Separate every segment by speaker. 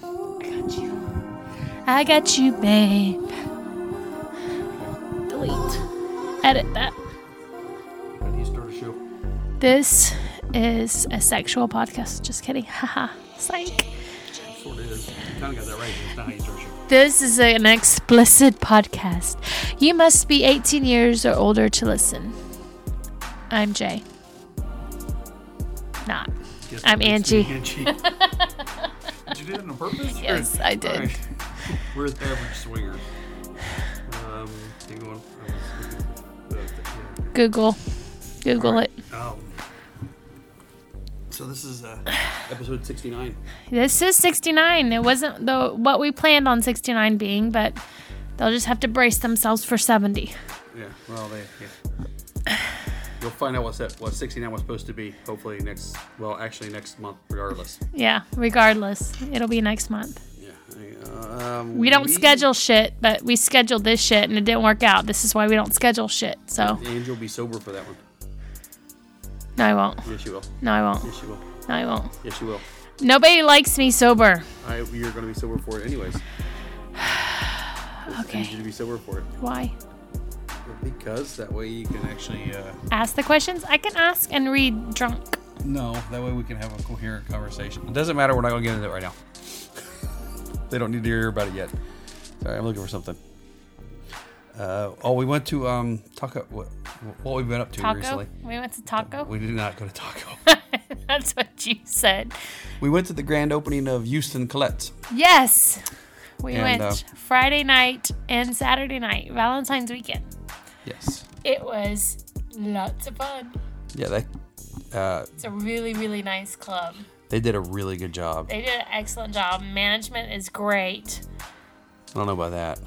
Speaker 1: got you. I got you, babe. Delete. Edit that.
Speaker 2: I need to start a show.
Speaker 1: This is a sexual podcast. Just kidding. Haha. Psych.
Speaker 2: Sort of is. You kind of got that right. It's not how you start a show.
Speaker 1: This is an explicit podcast. You must be 18 years or older to listen. I'm Jay. Not.
Speaker 2: Yes,
Speaker 1: I'm
Speaker 2: it's me, Angie. did you do that on purpose? or-
Speaker 1: Yes, I did.
Speaker 2: Alright. We're the average swinger. Um, hang on. I was looking for- uh, yeah.
Speaker 1: Google. Google
Speaker 2: Alright,
Speaker 1: it.
Speaker 2: Um, so this is uh, episode 69.
Speaker 1: This is 69. It wasn't the what we planned on 69 being, but they'll just have to brace themselves for 70.
Speaker 2: Yeah. Well, they. Yeah. You'll find out what's that, what 69 was supposed to be. Hopefully next. Well, actually next month, regardless.
Speaker 1: Yeah, regardless. It'll be next month.
Speaker 2: Yeah. Um,
Speaker 1: We don't schedule shit, but we scheduled this shit and it didn't work out. This is why we don't schedule shit. So,
Speaker 2: Angel will be sober for that one.
Speaker 1: no, I won't.
Speaker 2: Yes, you will.
Speaker 1: No, I won't.
Speaker 2: Yes, you will.
Speaker 1: No, I won't.
Speaker 2: Yes, you will.
Speaker 1: Nobody likes me sober.
Speaker 2: I, you're going to be sober for it anyways. I need you
Speaker 1: Okay.
Speaker 2: to be sober for it.
Speaker 1: Why?
Speaker 2: Because that way you can actually. Uh,
Speaker 1: Ask the questions. I can ask and read drunk.
Speaker 2: no, that way we can have a coherent conversation. It doesn't matter. We're not going to get into it right now. they don't need to hear about it yet. Sorry, I'm looking for something. Uh, oh, we went to um, Taco. What, what we've been up to
Speaker 1: Taco?
Speaker 2: recently.
Speaker 1: We went to Taco?
Speaker 2: We did not go to Taco.
Speaker 1: That's what you said.
Speaker 2: we went to the grand opening of Houston Colette's.
Speaker 1: Yes. We went
Speaker 2: And, uh,
Speaker 1: Friday night and Saturday night, Valentine's weekend.
Speaker 2: Yes.
Speaker 1: It was lots of fun.
Speaker 2: Yeah, they uh,
Speaker 1: It's a really, really nice club.
Speaker 2: they did a really good job. I
Speaker 1: They did an excellent job. Management is great.
Speaker 2: don't know about that.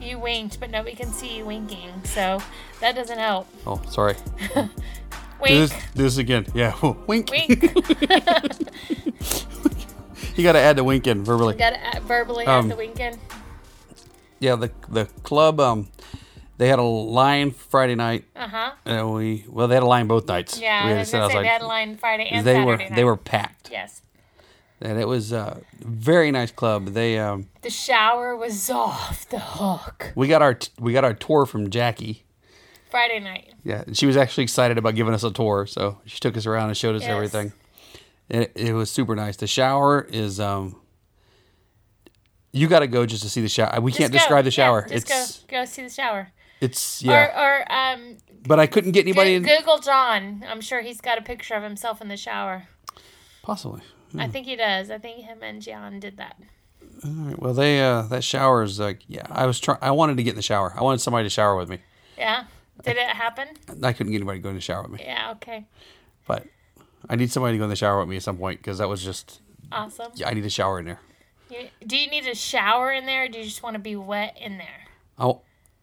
Speaker 1: You winked, but nobody can see you winking, so that doesn't help.
Speaker 2: Oh, sorry. Do
Speaker 1: Wink,
Speaker 2: this, do this again. Yeah. Wink.
Speaker 1: wink.
Speaker 2: You got to add the wink in verbally.
Speaker 1: Got to verbally
Speaker 2: Um,
Speaker 1: add the wink in.
Speaker 2: Yeah, the the club um they had a line Friday night
Speaker 1: Uh huh.
Speaker 2: and we well they had a line both nights.
Speaker 1: Yeah,
Speaker 2: we
Speaker 1: I was
Speaker 2: sit
Speaker 1: gonna say
Speaker 2: outside.
Speaker 1: they had a line Friday and
Speaker 2: they
Speaker 1: Saturday
Speaker 2: were
Speaker 1: night.
Speaker 2: they were packed.
Speaker 1: yes.
Speaker 2: And it was a very nice club. They um
Speaker 1: The shower was off the hook
Speaker 2: we got our t- we got our tour from Jackie.
Speaker 1: Friday night.
Speaker 2: Yeah, and she was actually excited about giving us a tour, so she took us around and showed us
Speaker 1: Yes.
Speaker 2: everything. It, it was super nice. The shower is um you got to go just to see the shower. We can't
Speaker 1: Just go.
Speaker 2: describe the
Speaker 1: Yeah,
Speaker 2: shower.
Speaker 1: just
Speaker 2: it's
Speaker 1: go, go see the shower.
Speaker 2: it's yeah.
Speaker 1: Or, or um,
Speaker 2: but I couldn't get anybody
Speaker 1: Go-
Speaker 2: in
Speaker 1: Google John. I'm sure he's got a picture of himself in the shower.
Speaker 2: possibly.
Speaker 1: I think he does. I think him and John did that.
Speaker 2: Right, Well, they uh, that shower is like yeah. I was trying. I wanted to get in the shower. I wanted somebody to shower with me.
Speaker 1: Yeah. Did it happen?
Speaker 2: I couldn't get anybody to go in the shower with me.
Speaker 1: Yeah. Okay.
Speaker 2: But I need somebody to go in the shower with me at some point because that was just
Speaker 1: Awesome.
Speaker 2: yeah, I need a shower in there.
Speaker 1: You, do you need a shower in there? Or do you just want to be wet in there?
Speaker 2: I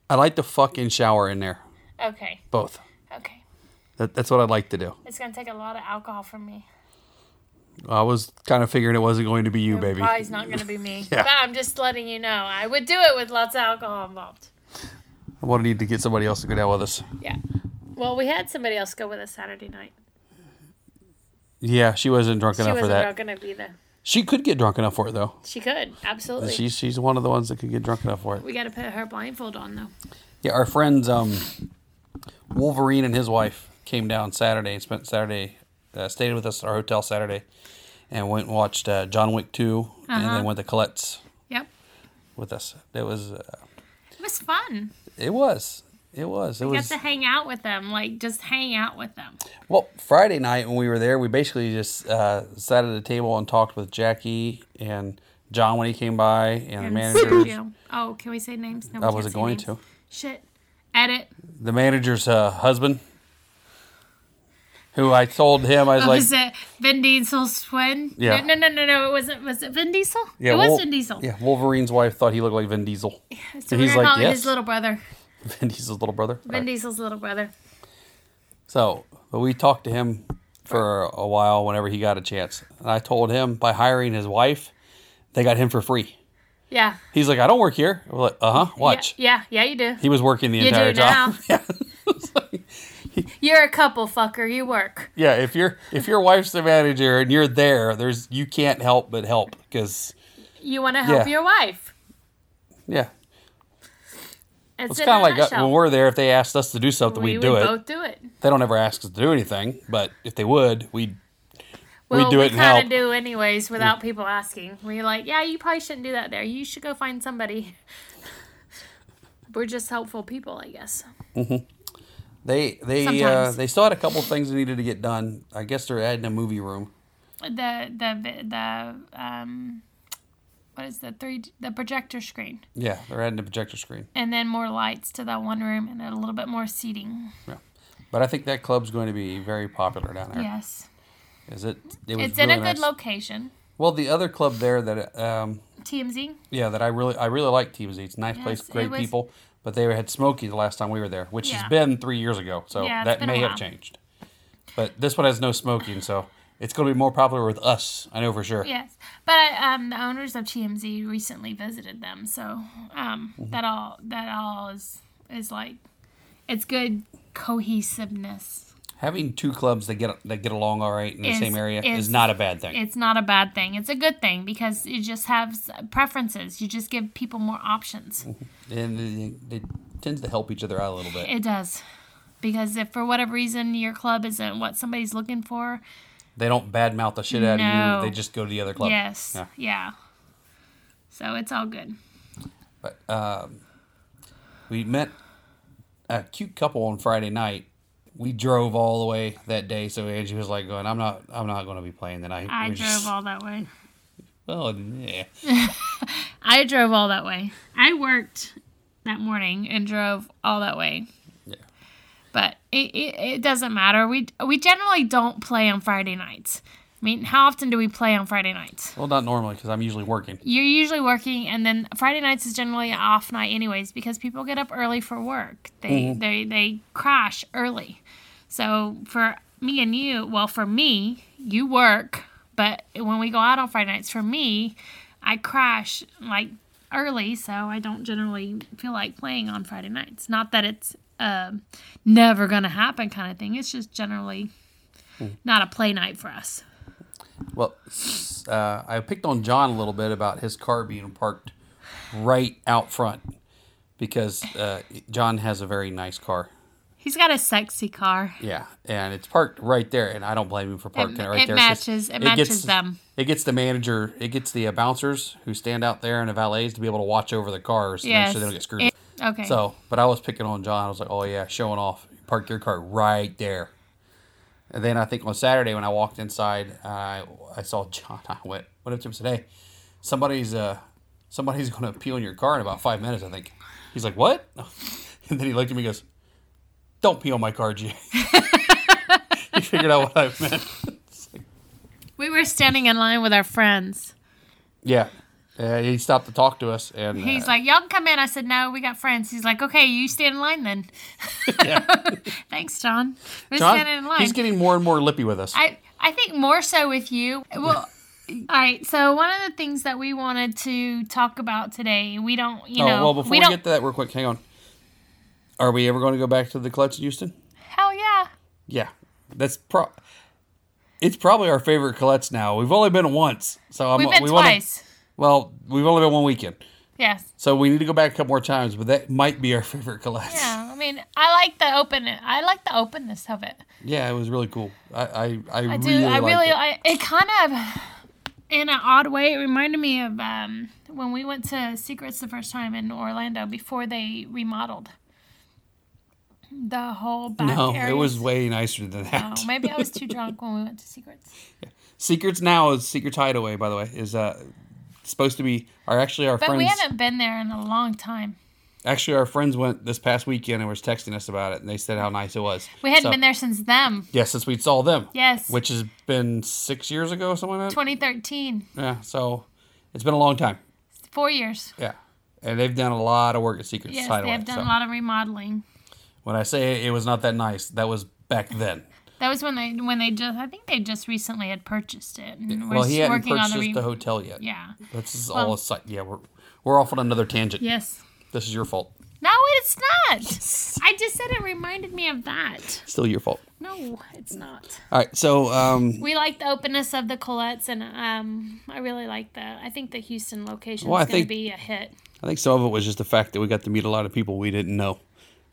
Speaker 2: I like to fucking shower in there.
Speaker 1: Okay.
Speaker 2: Both.
Speaker 1: Okay.
Speaker 2: That, that's what I'd like to do.
Speaker 1: It's gonna take a lot of alcohol from me.
Speaker 2: I was kind of figuring it wasn't going to be you, baby.
Speaker 1: Probably not gonna be me.
Speaker 2: Yeah.
Speaker 1: But I'm just letting you know. I would do it with lots of alcohol involved.
Speaker 2: I want to need to get somebody else to go down with us.
Speaker 1: Yeah. Well, we had somebody else go with us Saturday night.
Speaker 2: Yeah, she wasn't drunk
Speaker 1: She
Speaker 2: enough for
Speaker 1: wasn't
Speaker 2: that.
Speaker 1: all gonna be there.
Speaker 2: She could get drunk enough for it though.
Speaker 1: She could absolutely.
Speaker 2: She's she's one of the ones that could get drunk enough for it.
Speaker 1: we got to put her blindfold on though.
Speaker 2: Yeah, our friends um, Wolverine and his wife came down Saturday and spent Saturday, uh, stayed with us at our hotel Saturday, and went and watched uh, John Wick 2 and then went to Colette's
Speaker 1: Yep.
Speaker 2: with us. It was, uh,
Speaker 1: It was fun.
Speaker 2: it was, it was, it
Speaker 1: Got
Speaker 2: was.
Speaker 1: to hang out with them, like just hang out with them.
Speaker 2: Well, Friday night when we were there, we basically just uh, sat at a table and talked with Jackie and John when he came by and, the
Speaker 1: And
Speaker 2: managers.
Speaker 1: Sergio. Oh, can we say names? No, we
Speaker 2: I
Speaker 1: can't
Speaker 2: wasn't
Speaker 1: say
Speaker 2: going
Speaker 1: names.
Speaker 2: to.
Speaker 1: Shit. Edit.
Speaker 2: The manager's uh, husband, who I told him, I was
Speaker 1: Oh,
Speaker 2: like,
Speaker 1: was it Vin Diesel's twin?
Speaker 2: Yeah.
Speaker 1: No, no, no, no, no. It wasn't. Was it Vin Diesel?
Speaker 2: Yeah,
Speaker 1: it was
Speaker 2: Wol-
Speaker 1: Vin Diesel.
Speaker 2: Yeah, Wolverine's wife thought he looked like Vin Diesel.
Speaker 1: So
Speaker 2: And
Speaker 1: we're
Speaker 2: he's
Speaker 1: gonna
Speaker 2: like,
Speaker 1: call it
Speaker 2: "Yes."
Speaker 1: his little brother.
Speaker 2: Vin Diesel's little brother.
Speaker 1: Vin
Speaker 2: Alright.
Speaker 1: Diesel's little brother.
Speaker 2: So, but we talked to him for a while whenever he got a chance. And I told him by hiring his wife, they got him for free.
Speaker 1: Yeah.
Speaker 2: He's like, I don't work here. We're like, uh huh, watch.
Speaker 1: Yeah, yeah, yeah, you do.
Speaker 2: He was working the
Speaker 1: You
Speaker 2: entire
Speaker 1: do now.
Speaker 2: time. yeah. It's like-
Speaker 1: You're a couple fucker. You work.
Speaker 2: yeah, if you if your wife's the manager and you're there, there's you can't help but help because
Speaker 1: You want to help
Speaker 2: Yeah.
Speaker 1: your wife.
Speaker 2: Yeah.
Speaker 1: It's,
Speaker 2: It's
Speaker 1: in
Speaker 2: kind
Speaker 1: a
Speaker 2: of like uh,
Speaker 1: nutshell.
Speaker 2: when we're there, if they asked us to do something,
Speaker 1: we
Speaker 2: we'd do
Speaker 1: would
Speaker 2: it.
Speaker 1: both do it.
Speaker 2: They don't ever ask us to do anything, but if they would, we'd.
Speaker 1: Well,
Speaker 2: do
Speaker 1: we
Speaker 2: it and
Speaker 1: kind
Speaker 2: help.
Speaker 1: of do anyways without people asking. We're like, yeah, you probably shouldn't do that there. You should go find somebody. We're just helpful people, I guess.
Speaker 2: They they uh,
Speaker 1: Sometimes.
Speaker 2: they still had a couple things that needed to get done. I guess they're adding a movie room.
Speaker 1: The the the um, what is the three the projector screen,
Speaker 2: Yeah, they're adding a projector screen.
Speaker 1: and then more lights to that one room, and a little bit more seating.
Speaker 2: Yeah. But I think that club's going to be very popular down there.
Speaker 1: Yes,
Speaker 2: Is it? It was
Speaker 1: it's
Speaker 2: really
Speaker 1: in a
Speaker 2: nice.
Speaker 1: good location.
Speaker 2: Well, the other club there that um,
Speaker 1: TMZ.
Speaker 2: yeah that I really I really like TMZ. It's a nice place,
Speaker 1: Yes, it
Speaker 2: great
Speaker 1: was-
Speaker 2: people. But they had Smokey the last time we were there, which
Speaker 1: Yeah.
Speaker 2: has been three years ago, so
Speaker 1: Yeah, it's
Speaker 2: that
Speaker 1: been a
Speaker 2: may have
Speaker 1: while.
Speaker 2: changed. But this one has no smoking, so it's going to be more popular with us. I know for sure.
Speaker 1: Yes, but um, the owners of TMZ recently visited them, so um,
Speaker 2: Mm-hmm.
Speaker 1: that all that all is is like it's good cohesiveness.
Speaker 2: Having two clubs that get that get along all right in the
Speaker 1: Is-
Speaker 2: same area is,
Speaker 1: is-
Speaker 2: not a bad thing.
Speaker 1: It's not a bad thing. It's a good thing because you just have s- preferences. You just give people more options.
Speaker 2: and they, they tend to help each other out a little bit.
Speaker 1: It does. Because if for whatever reason your club isn't what somebody's looking for,
Speaker 2: They don't badmouth the shit out
Speaker 1: No.
Speaker 2: of you. They just go to the other club.
Speaker 1: yes,
Speaker 2: Yeah.
Speaker 1: yeah. So it's all good.
Speaker 2: But um, we met a cute couple on Friday night. We drove all the way that day, so Angie was like, "Going, I'm not, I'm not going to be playing tonight."
Speaker 1: I
Speaker 2: We just-
Speaker 1: drove all that way.
Speaker 2: Well, yeah.
Speaker 1: I drove all that way. I worked that morning and drove all that way.
Speaker 2: yeah.
Speaker 1: But it, it, it doesn't matter. We we generally don't play on Friday nights. I mean, how often do we play on Friday nights?
Speaker 2: Well, not normally because I'm usually working.
Speaker 1: You're usually working, and then Friday nights is generally an off night, anyways, because people get up early for work. They they they crash early. So for me and you, well, for me, you work, but when we go out on Friday nights, for me, I crash like early, so I don't generally feel like playing on Friday nights. Not that it's um never gonna happen kind of thing. It's just generally not a play night for us.
Speaker 2: Well, s- uh, I picked on John a little bit about his car being parked right out front because uh, John has a very nice car.
Speaker 1: He's got a sexy car.
Speaker 2: Yeah, and it's parked right there, and I don't blame him for parking it, right
Speaker 1: it
Speaker 2: there. It's
Speaker 1: matches- it matches them.
Speaker 2: It gets the manager, it gets the uh, bouncers who stand out there and the valets to be able to watch over the cars to make sure they don't get screwed.
Speaker 1: It- okay.
Speaker 2: so, but I was picking on John. I was like, "Oh yeah, showing off. Park your car right there." And then I think on Saturday when I walked inside, I I saw John. I went went up to him and said, "Hey, somebody's uh somebody's going to pee on your car in about five minutes." I think he's like, "What?" And then he looked at me and goes, "Don't pee on my car, G." he figured out what I meant.
Speaker 1: We were standing in line with our friends.
Speaker 2: Yeah. Uh, he stopped to talk to us, and uh,
Speaker 1: He's like, "Y'all can come in." I said, "No, we got friends." He's like, "Okay, you stand in line then." Thanks, John. We're standing in
Speaker 2: John,
Speaker 1: line.
Speaker 2: he's getting more and more lippy with us.
Speaker 1: I I think more so with you. Well, all right. So one of the things that we wanted to talk about today, we don't, you
Speaker 2: oh,
Speaker 1: know,
Speaker 2: well, before
Speaker 1: we
Speaker 2: we,
Speaker 1: don't.
Speaker 2: get to that, real quick, hang on. Are we ever going to go back to the clutch in Houston?
Speaker 1: hell yeah.
Speaker 2: Yeah, that's pro. It's probably our favorite clutch now. We've only been once, so I'm,
Speaker 1: We've been
Speaker 2: Um, we wanna-
Speaker 1: twice.
Speaker 2: well, we've only been one weekend,
Speaker 1: Yes.
Speaker 2: so we need to go back a couple more times. But that might be our favorite clutch.
Speaker 1: Yeah. I mean, I like the open. I like the openness of it.
Speaker 2: Yeah, it was really cool. I I,
Speaker 1: I
Speaker 2: I, really
Speaker 1: do. I
Speaker 2: liked
Speaker 1: really.
Speaker 2: it.
Speaker 1: I, it kind of, in an odd way, it reminded me of um, when we went to Secrets the first time in Orlando before they remodeled the whole back
Speaker 2: no,
Speaker 1: area.
Speaker 2: it was way nicer than that.
Speaker 1: Oh, maybe I was too drunk when we went to Secrets.
Speaker 2: Secrets now is Secrets Hideaway. By the way, is uh supposed to be are actually our
Speaker 1: But
Speaker 2: friends.
Speaker 1: we haven't been there in a long time.
Speaker 2: Actually, our friends went this past weekend and was texting us about it, and they said how nice it was.
Speaker 1: We hadn't
Speaker 2: So-
Speaker 1: been there since them.
Speaker 2: Yeah, since we saw them.
Speaker 1: Yes.
Speaker 2: Which has been six years ago, something like that.
Speaker 1: 2013.
Speaker 2: Yeah. So it's been a long time.
Speaker 1: Four years.
Speaker 2: Yeah. And they've done a lot of work at Secret
Speaker 1: Yes,
Speaker 2: Hideaway.
Speaker 1: they have done
Speaker 2: so
Speaker 1: a lot of remodeling.
Speaker 2: when I say it was not that nice, that was back then.
Speaker 1: That was when they when they just I think they just recently had purchased it and we're
Speaker 2: well, he
Speaker 1: s-
Speaker 2: hadn't
Speaker 1: working on
Speaker 2: purchased
Speaker 1: the,
Speaker 2: the,
Speaker 1: re-
Speaker 2: hotel yet.
Speaker 1: yeah
Speaker 2: This is all a site. Yeah, we're we're off on another tangent.
Speaker 1: yes
Speaker 2: This is your fault.
Speaker 1: No, it's not. I just said it reminded me of that.
Speaker 2: Still your fault.
Speaker 1: No, it's not.
Speaker 2: All right, so um,
Speaker 1: We like the openness of the Colettes, and um, I really like that. I think the Houston location
Speaker 2: Well, I
Speaker 1: is going
Speaker 2: think-
Speaker 1: to be a hit.
Speaker 2: I think some of it was just the fact that we got to meet a lot of people we didn't know.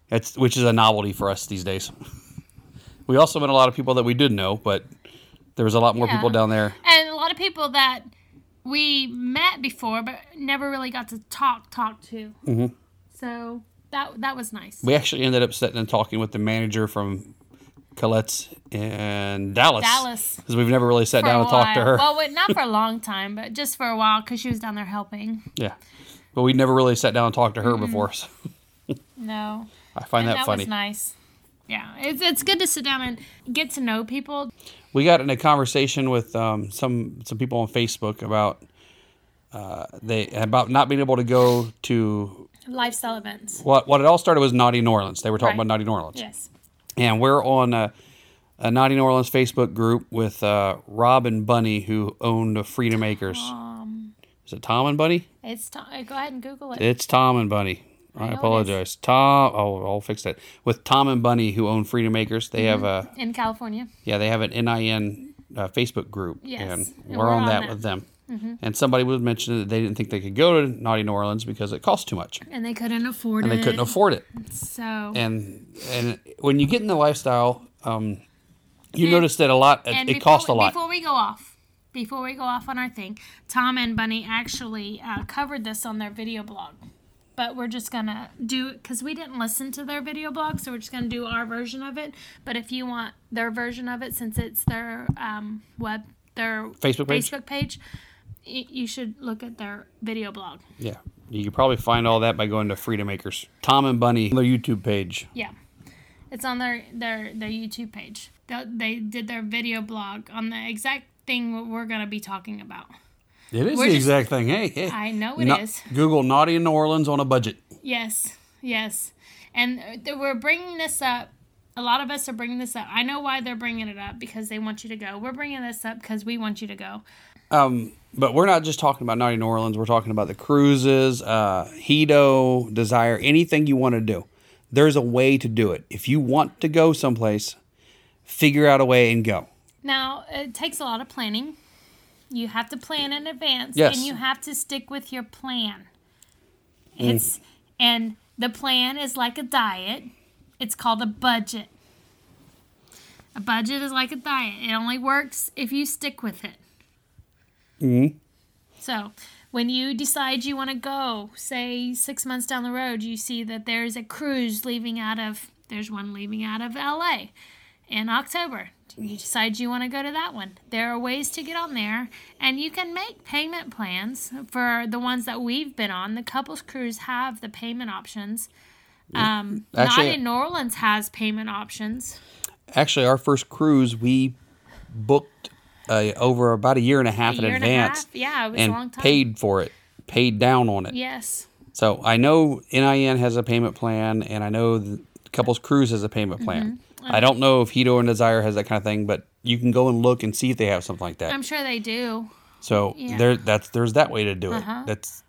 Speaker 2: That's which is a novelty for us these days. We also met a lot of people that we did know, but there was a lot more
Speaker 1: Yeah.
Speaker 2: people down there.
Speaker 1: And a lot of people that we met before, but never really got to talk talk to. Mm-hmm. So that that was nice.
Speaker 2: We actually ended up sitting and talking with the manager from Colette's in Dallas.
Speaker 1: Dallas.
Speaker 2: Because we've never really sat
Speaker 1: For a
Speaker 2: down and talked to
Speaker 1: while.
Speaker 2: her.
Speaker 1: Well, wait, not for a long time, but just for a while because she was down there helping.
Speaker 2: yeah. But we never really sat down and talked to her before. So
Speaker 1: No,
Speaker 2: I find
Speaker 1: Mm-hmm. And
Speaker 2: that, funny.
Speaker 1: was nice. Yeah, it's it's good to sit down and get to know people.
Speaker 2: we got in a conversation with um, some some people on Facebook about uh, they about not being able to go to
Speaker 1: Lifestyle events.
Speaker 2: what what it all started was Naughty New Orleans. They were talking
Speaker 1: Right.
Speaker 2: about Naughty New Orleans,
Speaker 1: Yes.
Speaker 2: and we're on a, a Naughty New Orleans Facebook group with uh, Rob and Bunny who own the Freedom Acres. Is it Tom and Bunny?
Speaker 1: Um, It's time. Go ahead and Google it.
Speaker 2: It's Tom and Bunny. I,
Speaker 1: know it is.
Speaker 2: apologize. Tom, oh, I'll fix that. With Tom and Bunny, who own Freedom Acres, they have a
Speaker 1: in California.
Speaker 2: yeah, they have an NIN uh, Facebook group,
Speaker 1: Yes,
Speaker 2: and we're, on, that, with them. And somebody was mentioning that they didn't think they could go to Naughty New Orleans because it costs too much,
Speaker 1: And they couldn't afford
Speaker 2: and
Speaker 1: it.
Speaker 2: they couldn't afford it.
Speaker 1: So
Speaker 2: And and when you get in the lifestyle, um, you notice that a lot it,
Speaker 1: and
Speaker 2: it
Speaker 1: before-
Speaker 2: costs a lot.
Speaker 1: Before we go off, before we go off on our thing, Tom and Bunny actually uh, covered this on their video blog. But we're just gonna do because we didn't listen to their video blog, so we're just gonna do our version of it. But if you want their version of it, since it's their um, web, their
Speaker 2: Facebook page?
Speaker 1: Facebook page, y- you should look at their video blog.
Speaker 2: Yeah, you could probably find all that by going to Freedom Acres, Tom and Bunny, their YouTube page.
Speaker 1: Yeah, it's on their their their YouTube page. They, they did their video blog on the exact thing what we're gonna be talking about.
Speaker 2: It is
Speaker 1: We're
Speaker 2: the
Speaker 1: just-
Speaker 2: exact thing. Hey, hey.
Speaker 1: I know it
Speaker 2: Na-
Speaker 1: is.
Speaker 2: Google Naughty in New Orleans on a budget.
Speaker 1: Yes, yes, and uh, th- we're bringing this up. A lot of us are bringing this up. I know why they're bringing it up because they want you to go. We're bringing this up because we want you to go.
Speaker 2: But we're not just talking about Naughty New Orleans. We're talking about the cruises, uh, Hedo, Desire, anything you want to do. There's a way to do it. If you want to go someplace, figure out a way and go.
Speaker 1: Now it takes a lot of planning. You have to plan in advance,
Speaker 2: Yes.
Speaker 1: and you have to stick with your plan. It's and the plan is like a diet. It's called a budget. A budget is like a diet. It only works if you stick with it. So, when you decide you want to go, say six months down the road, you see that there's a cruise leaving out of, there's one leaving out of LA in October. You decide you want to go to that one. There are ways to get on there, and you can make payment plans for the ones that we've been on. The couples cruise have the payment options. Um,
Speaker 2: Mm, Actually-
Speaker 1: not in New Orleans has payment options.
Speaker 2: Actually, our first cruise, we booked uh, over about a year and a half in
Speaker 1: year and a
Speaker 2: advance
Speaker 1: half? Yeah, it was a
Speaker 2: and
Speaker 1: long time.
Speaker 2: paid for it, paid down on it.
Speaker 1: Yes.
Speaker 2: So I know NIN has a payment plan, and I know the Couples Cruise has a
Speaker 1: Mm-hmm.
Speaker 2: payment plan.
Speaker 1: Uh-huh.
Speaker 2: I don't know if Hito and Desire has that kind of thing, but you can go and look and see if they have something like that.
Speaker 1: I'm sure they do.
Speaker 2: so there, that's there's that way to do it.
Speaker 1: Uh-huh.
Speaker 2: That's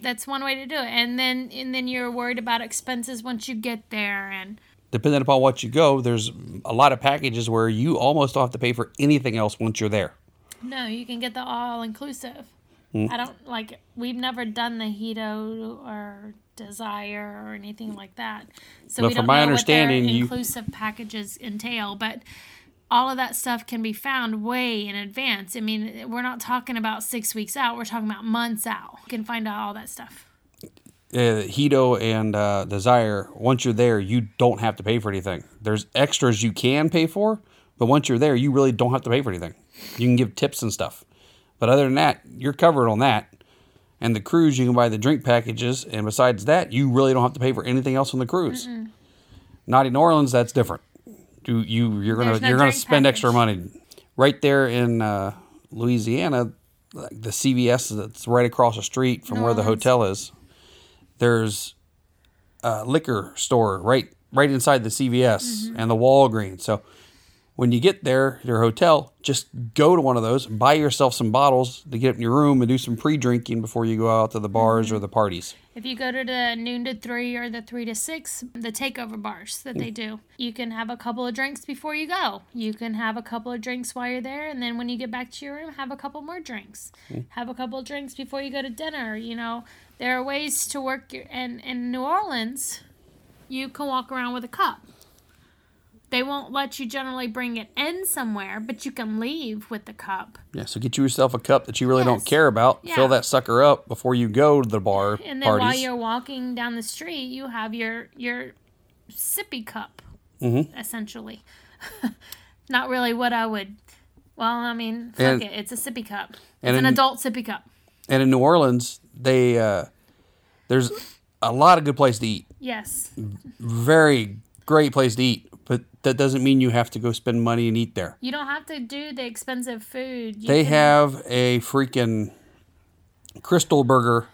Speaker 1: That's one way to do it. And then and then you're worried about expenses once you get there and
Speaker 2: depending upon what you go. There's a lot of packages where you almost don't have to pay for anything else once you're there.
Speaker 1: No, you can get the all inclusive.
Speaker 2: Mm.
Speaker 1: I don't like. We've never done the Hito or Desire or anything like that. So
Speaker 2: But
Speaker 1: we
Speaker 2: from
Speaker 1: don't
Speaker 2: my
Speaker 1: know
Speaker 2: understanding,
Speaker 1: what their
Speaker 2: you-
Speaker 1: inclusive packages entail, but all of that stuff can be found way in advance. I mean, we're not talking about six weeks out. We're talking about months out. You can find out all that stuff.
Speaker 2: Uh, Hito and uh, Desire, once you're there, you don't have to pay for anything. There's extras you can pay for, but once you're there, you really don't have to pay for anything. You can give tips and stuff. But other than that, you're covered on that. And the cruise, you can buy the drink packages. And besides that, you really don't have to pay for anything else on the cruise. Not in New Orleans, that's different. You, you, you're gonna
Speaker 1: There's no
Speaker 2: you're gonna
Speaker 1: drink
Speaker 2: spend
Speaker 1: package.
Speaker 2: extra money. Right there in uh, Louisiana, like the CVS that's right across the street from where the hotel is there's
Speaker 1: Mm-hmm.
Speaker 2: a liquor store right right inside the CVS and the Walgreens. So When you get there, your hotel, just go to one of those, buy yourself some bottles to get up in your room and do some pre drinking before you go out to the bars
Speaker 1: Mm-hmm.
Speaker 2: or the parties.
Speaker 1: If you go to the noon to three or the three to six, the takeover bars that they do, you can have a couple of drinks before you go. You can have a couple of drinks while you're there, and then when you get back to your room, have a couple more drinks. Have a couple of drinks before you go to dinner. You know, there are ways to work your and in New Orleans, you can walk around with a cup. They won't let you generally bring it in somewhere, but you can leave with the cup.
Speaker 2: Yeah, so get yourself a cup that you really
Speaker 1: Yes.
Speaker 2: don't care about,
Speaker 1: Yeah.
Speaker 2: fill that sucker up before you go to the bar
Speaker 1: And then while
Speaker 2: parties.
Speaker 1: you're walking down the street, you have your your sippy cup,
Speaker 2: Mm-hmm.
Speaker 1: essentially. Not really what I would. Well, I mean, fuck
Speaker 2: And-
Speaker 1: it. It's a sippy cup.
Speaker 2: and
Speaker 1: it's an
Speaker 2: in-
Speaker 1: adult sippy cup.
Speaker 2: and in New Orleans, they uh, there's a lot of good places to eat.
Speaker 1: Yes.
Speaker 2: Very great place to eat, but that doesn't mean you have to go spend money and eat there.
Speaker 1: You don't have to do the expensive food. You
Speaker 2: They
Speaker 1: can-
Speaker 2: have a freaking crystal burger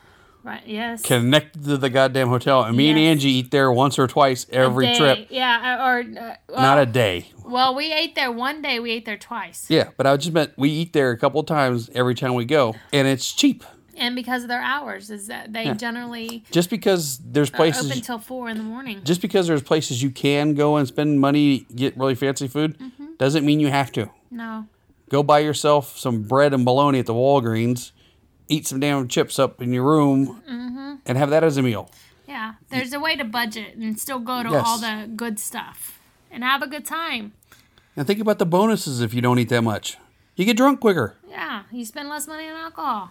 Speaker 1: Right. Yes.
Speaker 2: connected to the goddamn hotel, and me and
Speaker 1: Yes.
Speaker 2: Angie eat there once or twice every
Speaker 1: Day.
Speaker 2: trip.
Speaker 1: Yeah. Or uh, well,
Speaker 2: Not a day.
Speaker 1: well, we ate there one day. We ate there twice.
Speaker 2: Yeah, but I just meant we eat there a couple of times every time we go, and it's cheap.
Speaker 1: And because of their hours, is that they generally
Speaker 2: Just because there's
Speaker 1: are Uh, open
Speaker 2: places,
Speaker 1: till four in the morning.
Speaker 2: just because there's places you can go and spend money, get really fancy food,
Speaker 1: Mm-hmm.
Speaker 2: doesn't mean you have to.
Speaker 1: no.
Speaker 2: Go buy yourself some bread and bologna at the Walgreens, eat some damn chips up in your room,
Speaker 1: Mm-hmm.
Speaker 2: and have that as a meal.
Speaker 1: Yeah, there's a way to budget and still go to
Speaker 2: Yes.
Speaker 1: all the good stuff and have a good time.
Speaker 2: And think about the bonuses if you don't eat that much. You get drunk quicker.
Speaker 1: Yeah, you spend less money on alcohol.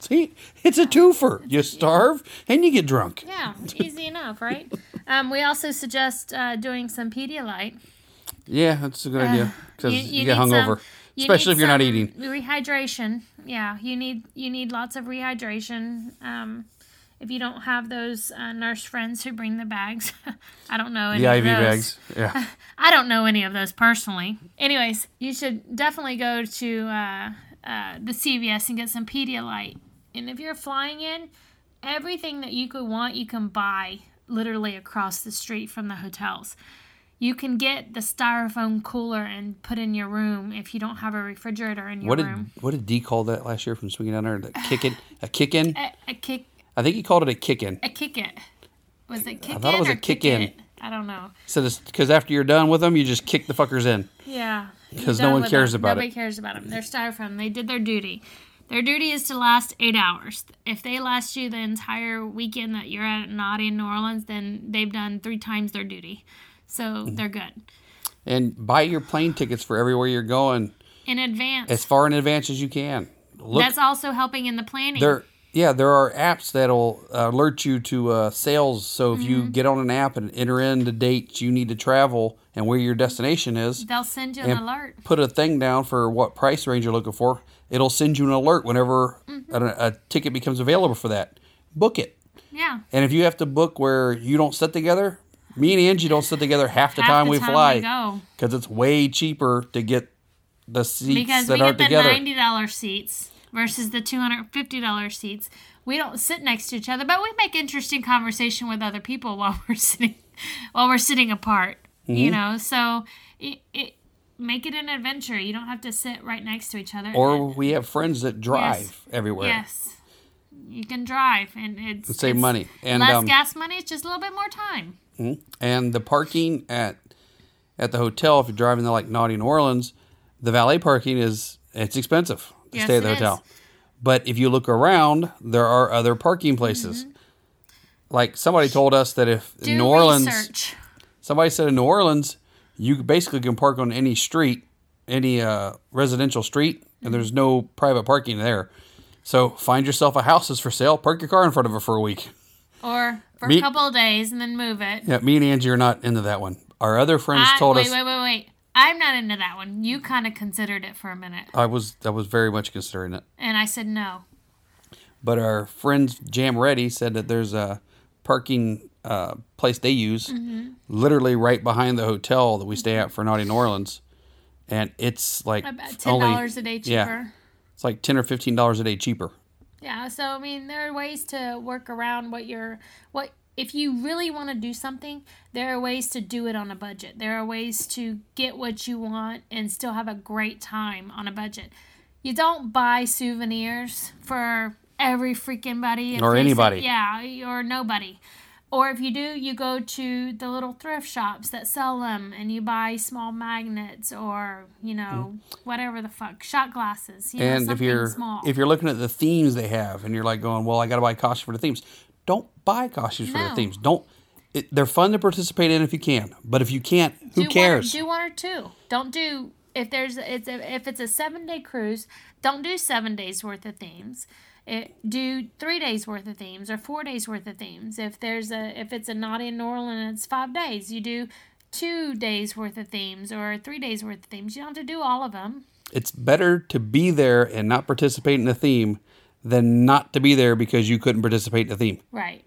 Speaker 2: See, it's a twofer. You starve and you get drunk.
Speaker 1: Yeah, easy enough, right? Um, we also suggest uh, doing some Pedialyte.
Speaker 2: Yeah, that's a good idea because you, get
Speaker 1: need
Speaker 2: hungover,
Speaker 1: some- you need
Speaker 2: especially if you're not
Speaker 1: some
Speaker 2: eating.
Speaker 1: Rehydration. Yeah, you need you need lots of rehydration. Um, if you don't have those uh, nurse friends who bring the bags, I don't know any
Speaker 2: The
Speaker 1: of
Speaker 2: IV
Speaker 1: those.
Speaker 2: bags. Yeah.
Speaker 1: I don't know any of those personally. Anyways, you should definitely go to uh, uh, the CVS and get some Pedialyte. And if you're flying in, everything that you could want, you can buy literally across the street from the hotels. You can get the styrofoam cooler and put in your room if you don't have a refrigerator in your
Speaker 2: What did
Speaker 1: room.
Speaker 2: what did D call that last year from swinging down there? The kicking, a kicking.
Speaker 1: A, a kick,
Speaker 2: I think he called it a kicking.
Speaker 1: a kick it. Was it kick
Speaker 2: thought it
Speaker 1: in
Speaker 2: was
Speaker 1: or
Speaker 2: a kick
Speaker 1: kick
Speaker 2: in.
Speaker 1: it? I don't know.
Speaker 2: So this because after you're done with them, you just kick the fuckers in.
Speaker 1: Yeah.
Speaker 2: 'Cause
Speaker 1: You're
Speaker 2: no
Speaker 1: done
Speaker 2: one
Speaker 1: with
Speaker 2: cares
Speaker 1: them.
Speaker 2: about it.
Speaker 1: Nobody cares about them. They're styrofoam. They did their duty. Their duty is to last eight hours. If they last you the entire weekend that you're at not in New Orleans, then they've done three times their duty. So
Speaker 2: Mm.
Speaker 1: they're good.
Speaker 2: And buy your plane tickets for everywhere you're going
Speaker 1: In advance.
Speaker 2: as far in advance as you can. Look
Speaker 1: that's also helping in the planning.
Speaker 2: there. Yeah, there are apps that'll uh, alert you to uh, sales. So if
Speaker 1: Mm-hmm.
Speaker 2: you get on an app and enter in the dates you need to travel and where your destination is,
Speaker 1: They'll send you an alert.
Speaker 2: put a thing down for what price range you're looking for. It'll send you an alert whenever
Speaker 1: Mm-hmm.
Speaker 2: a, a ticket becomes available for that. Book it.
Speaker 1: Yeah.
Speaker 2: And if you have to book where you don't sit together, me and Angie don't sit together half the
Speaker 1: Half
Speaker 2: time
Speaker 1: the
Speaker 2: we
Speaker 1: time we
Speaker 2: fly
Speaker 1: go.
Speaker 2: because it's way cheaper to get the seats
Speaker 1: Because
Speaker 2: that
Speaker 1: we
Speaker 2: aren't
Speaker 1: get the
Speaker 2: together.
Speaker 1: ninety dollar seats versus the two hundred fifty dollar seats. We don't sit next to each other, but we make interesting conversation with other people while we're sitting while we're sitting apart. You
Speaker 2: Mm-hmm.
Speaker 1: know, so it, it make it an adventure. You don't have to sit right next to each other.
Speaker 2: or we have friends that drive everywhere.
Speaker 1: yes, you can drive, and it's
Speaker 2: Save
Speaker 1: it's
Speaker 2: money. And,
Speaker 1: less
Speaker 2: um,
Speaker 1: gas money. It's just a little bit more time.
Speaker 2: And the parking at at the hotel, if you're driving to like naughty New Orleans, the valet parking is it's expensive to
Speaker 1: Yes,
Speaker 2: stay at the
Speaker 1: it is.
Speaker 2: hotel. But if you look around, there are other parking places. Like somebody told us that if in
Speaker 1: Mm-hmm. Do
Speaker 2: New Orleans,
Speaker 1: research.
Speaker 2: somebody said in New Orleans, you basically can park on any street, any uh, residential street,
Speaker 1: Mm-hmm.
Speaker 2: and there's no private parking there. So find yourself a house that's for sale, park your car in front of it for a week.
Speaker 1: or for
Speaker 2: Me-
Speaker 1: a couple of days and then move it.
Speaker 2: Yeah, me and Angie are not into that one. Our other friends
Speaker 1: I-
Speaker 2: told
Speaker 1: wait,
Speaker 2: us
Speaker 1: wait, wait, wait. I'm not into that one. You kind of considered it for a minute,
Speaker 2: I was I was very much considering it,
Speaker 1: and I said no.
Speaker 2: but our friends Jam Ready said that there's a parking uh, place they use,
Speaker 1: Mm-hmm.
Speaker 2: literally right behind the hotel that we stay at for Naughty New Orleans, and it's like
Speaker 1: About ten
Speaker 2: only-
Speaker 1: dollars a day
Speaker 2: yeah.
Speaker 1: cheaper.
Speaker 2: It's like ten or fifteen dollars a day cheaper.
Speaker 1: Yeah. So I mean, there are ways to work around what your what if you really want to do something, there are ways to do it on a budget. There are ways to get what you want and still have a great time on a budget. You don't buy souvenirs for every freaking buddy and
Speaker 2: Or
Speaker 1: place that-
Speaker 2: anybody.
Speaker 1: yeah, or nobody. Or if you do, you go to the little thrift shops that sell them and you buy small magnets or, you know, whatever the fuck, shot glasses. You know,
Speaker 2: Mm. and if
Speaker 1: something
Speaker 2: you're
Speaker 1: small.
Speaker 2: if you're looking at the themes they have and you're like going well i gotta buy costumes for the themes don't buy costumes for the
Speaker 1: No.
Speaker 2: themes don't it, they're fun to participate in if you can but if you can't who
Speaker 1: do
Speaker 2: cares
Speaker 1: One, do one or two. Don't do if there's it's a, if it's a seven day cruise. Don't do seven days worth of themes. It, do three days worth of themes or four days worth of themes. If there's a if it's a naughty in New Orleans, it's five days. You do two days worth of themes or three days worth of themes. You don't have to do all of them.
Speaker 2: it's better to be there and not participate in the theme than not to be there because you couldn't participate in the theme
Speaker 1: Right.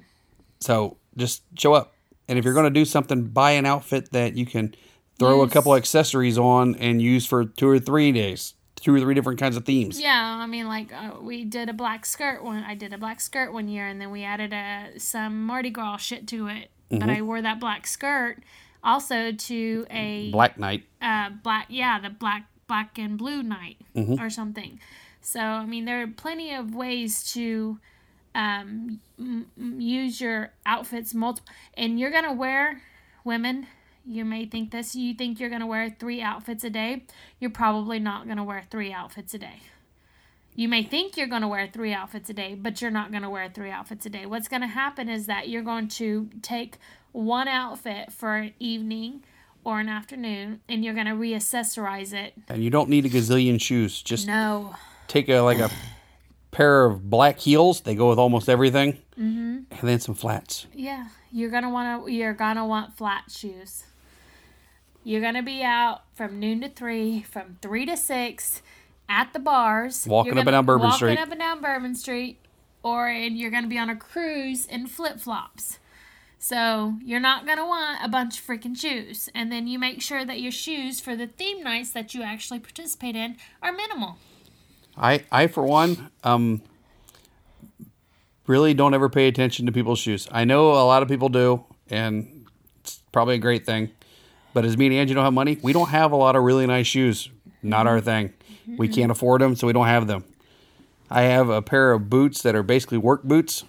Speaker 2: so just show up and if you're going to do something buy an outfit that you can throw a
Speaker 1: Use.
Speaker 2: couple accessories on and use for two or three days two or three different kinds of themes
Speaker 1: Yeah, I mean, like uh, we did a black skirt one. I did a black skirt one year, and then we added a some Mardi Gras shit to it.
Speaker 2: Mm-hmm.
Speaker 1: But I wore that black skirt also to a
Speaker 2: black night
Speaker 1: uh, black, yeah, the black black and blue night or something. So I mean, there are plenty of ways to um, m- m- use your outfits multiple, and you're gonna wear women. You may think this. You think you're gonna wear three outfits a day. You're probably not gonna wear three outfits a day. You may think you're going to wear three outfits a day, but you're not going to wear three outfits a day. What's going to happen is that you're going to take one outfit for an evening or an afternoon and you're going to reaccessorize it.
Speaker 2: and you don't need a gazillion shoes just
Speaker 1: No.
Speaker 2: take a like a pair of black heels. They go with almost everything, mm-hmm. and then some flats.
Speaker 1: Yeah, you're going to want to you're going to want flat shoes. You're going to be out from noon to 3, from 3 to 6 at the bars.
Speaker 2: Walking
Speaker 1: You're
Speaker 2: up and down Bourbon
Speaker 1: walking
Speaker 2: Street.
Speaker 1: up and down Bourbon Street or and you're going to be on a cruise in flip-flops. So you're not gonna want a bunch of freaking shoes, and then you make sure that your shoes for the theme nights that you actually participate in are minimal.
Speaker 2: I I for one um really don't ever pay attention to people's shoes. I know a lot of people do, and it's probably a great thing. But as me and Angie don't have money, we don't have a lot of really nice shoes. Not our thing. We can't afford them, so we don't have them. I have a pair of boots that are basically work boots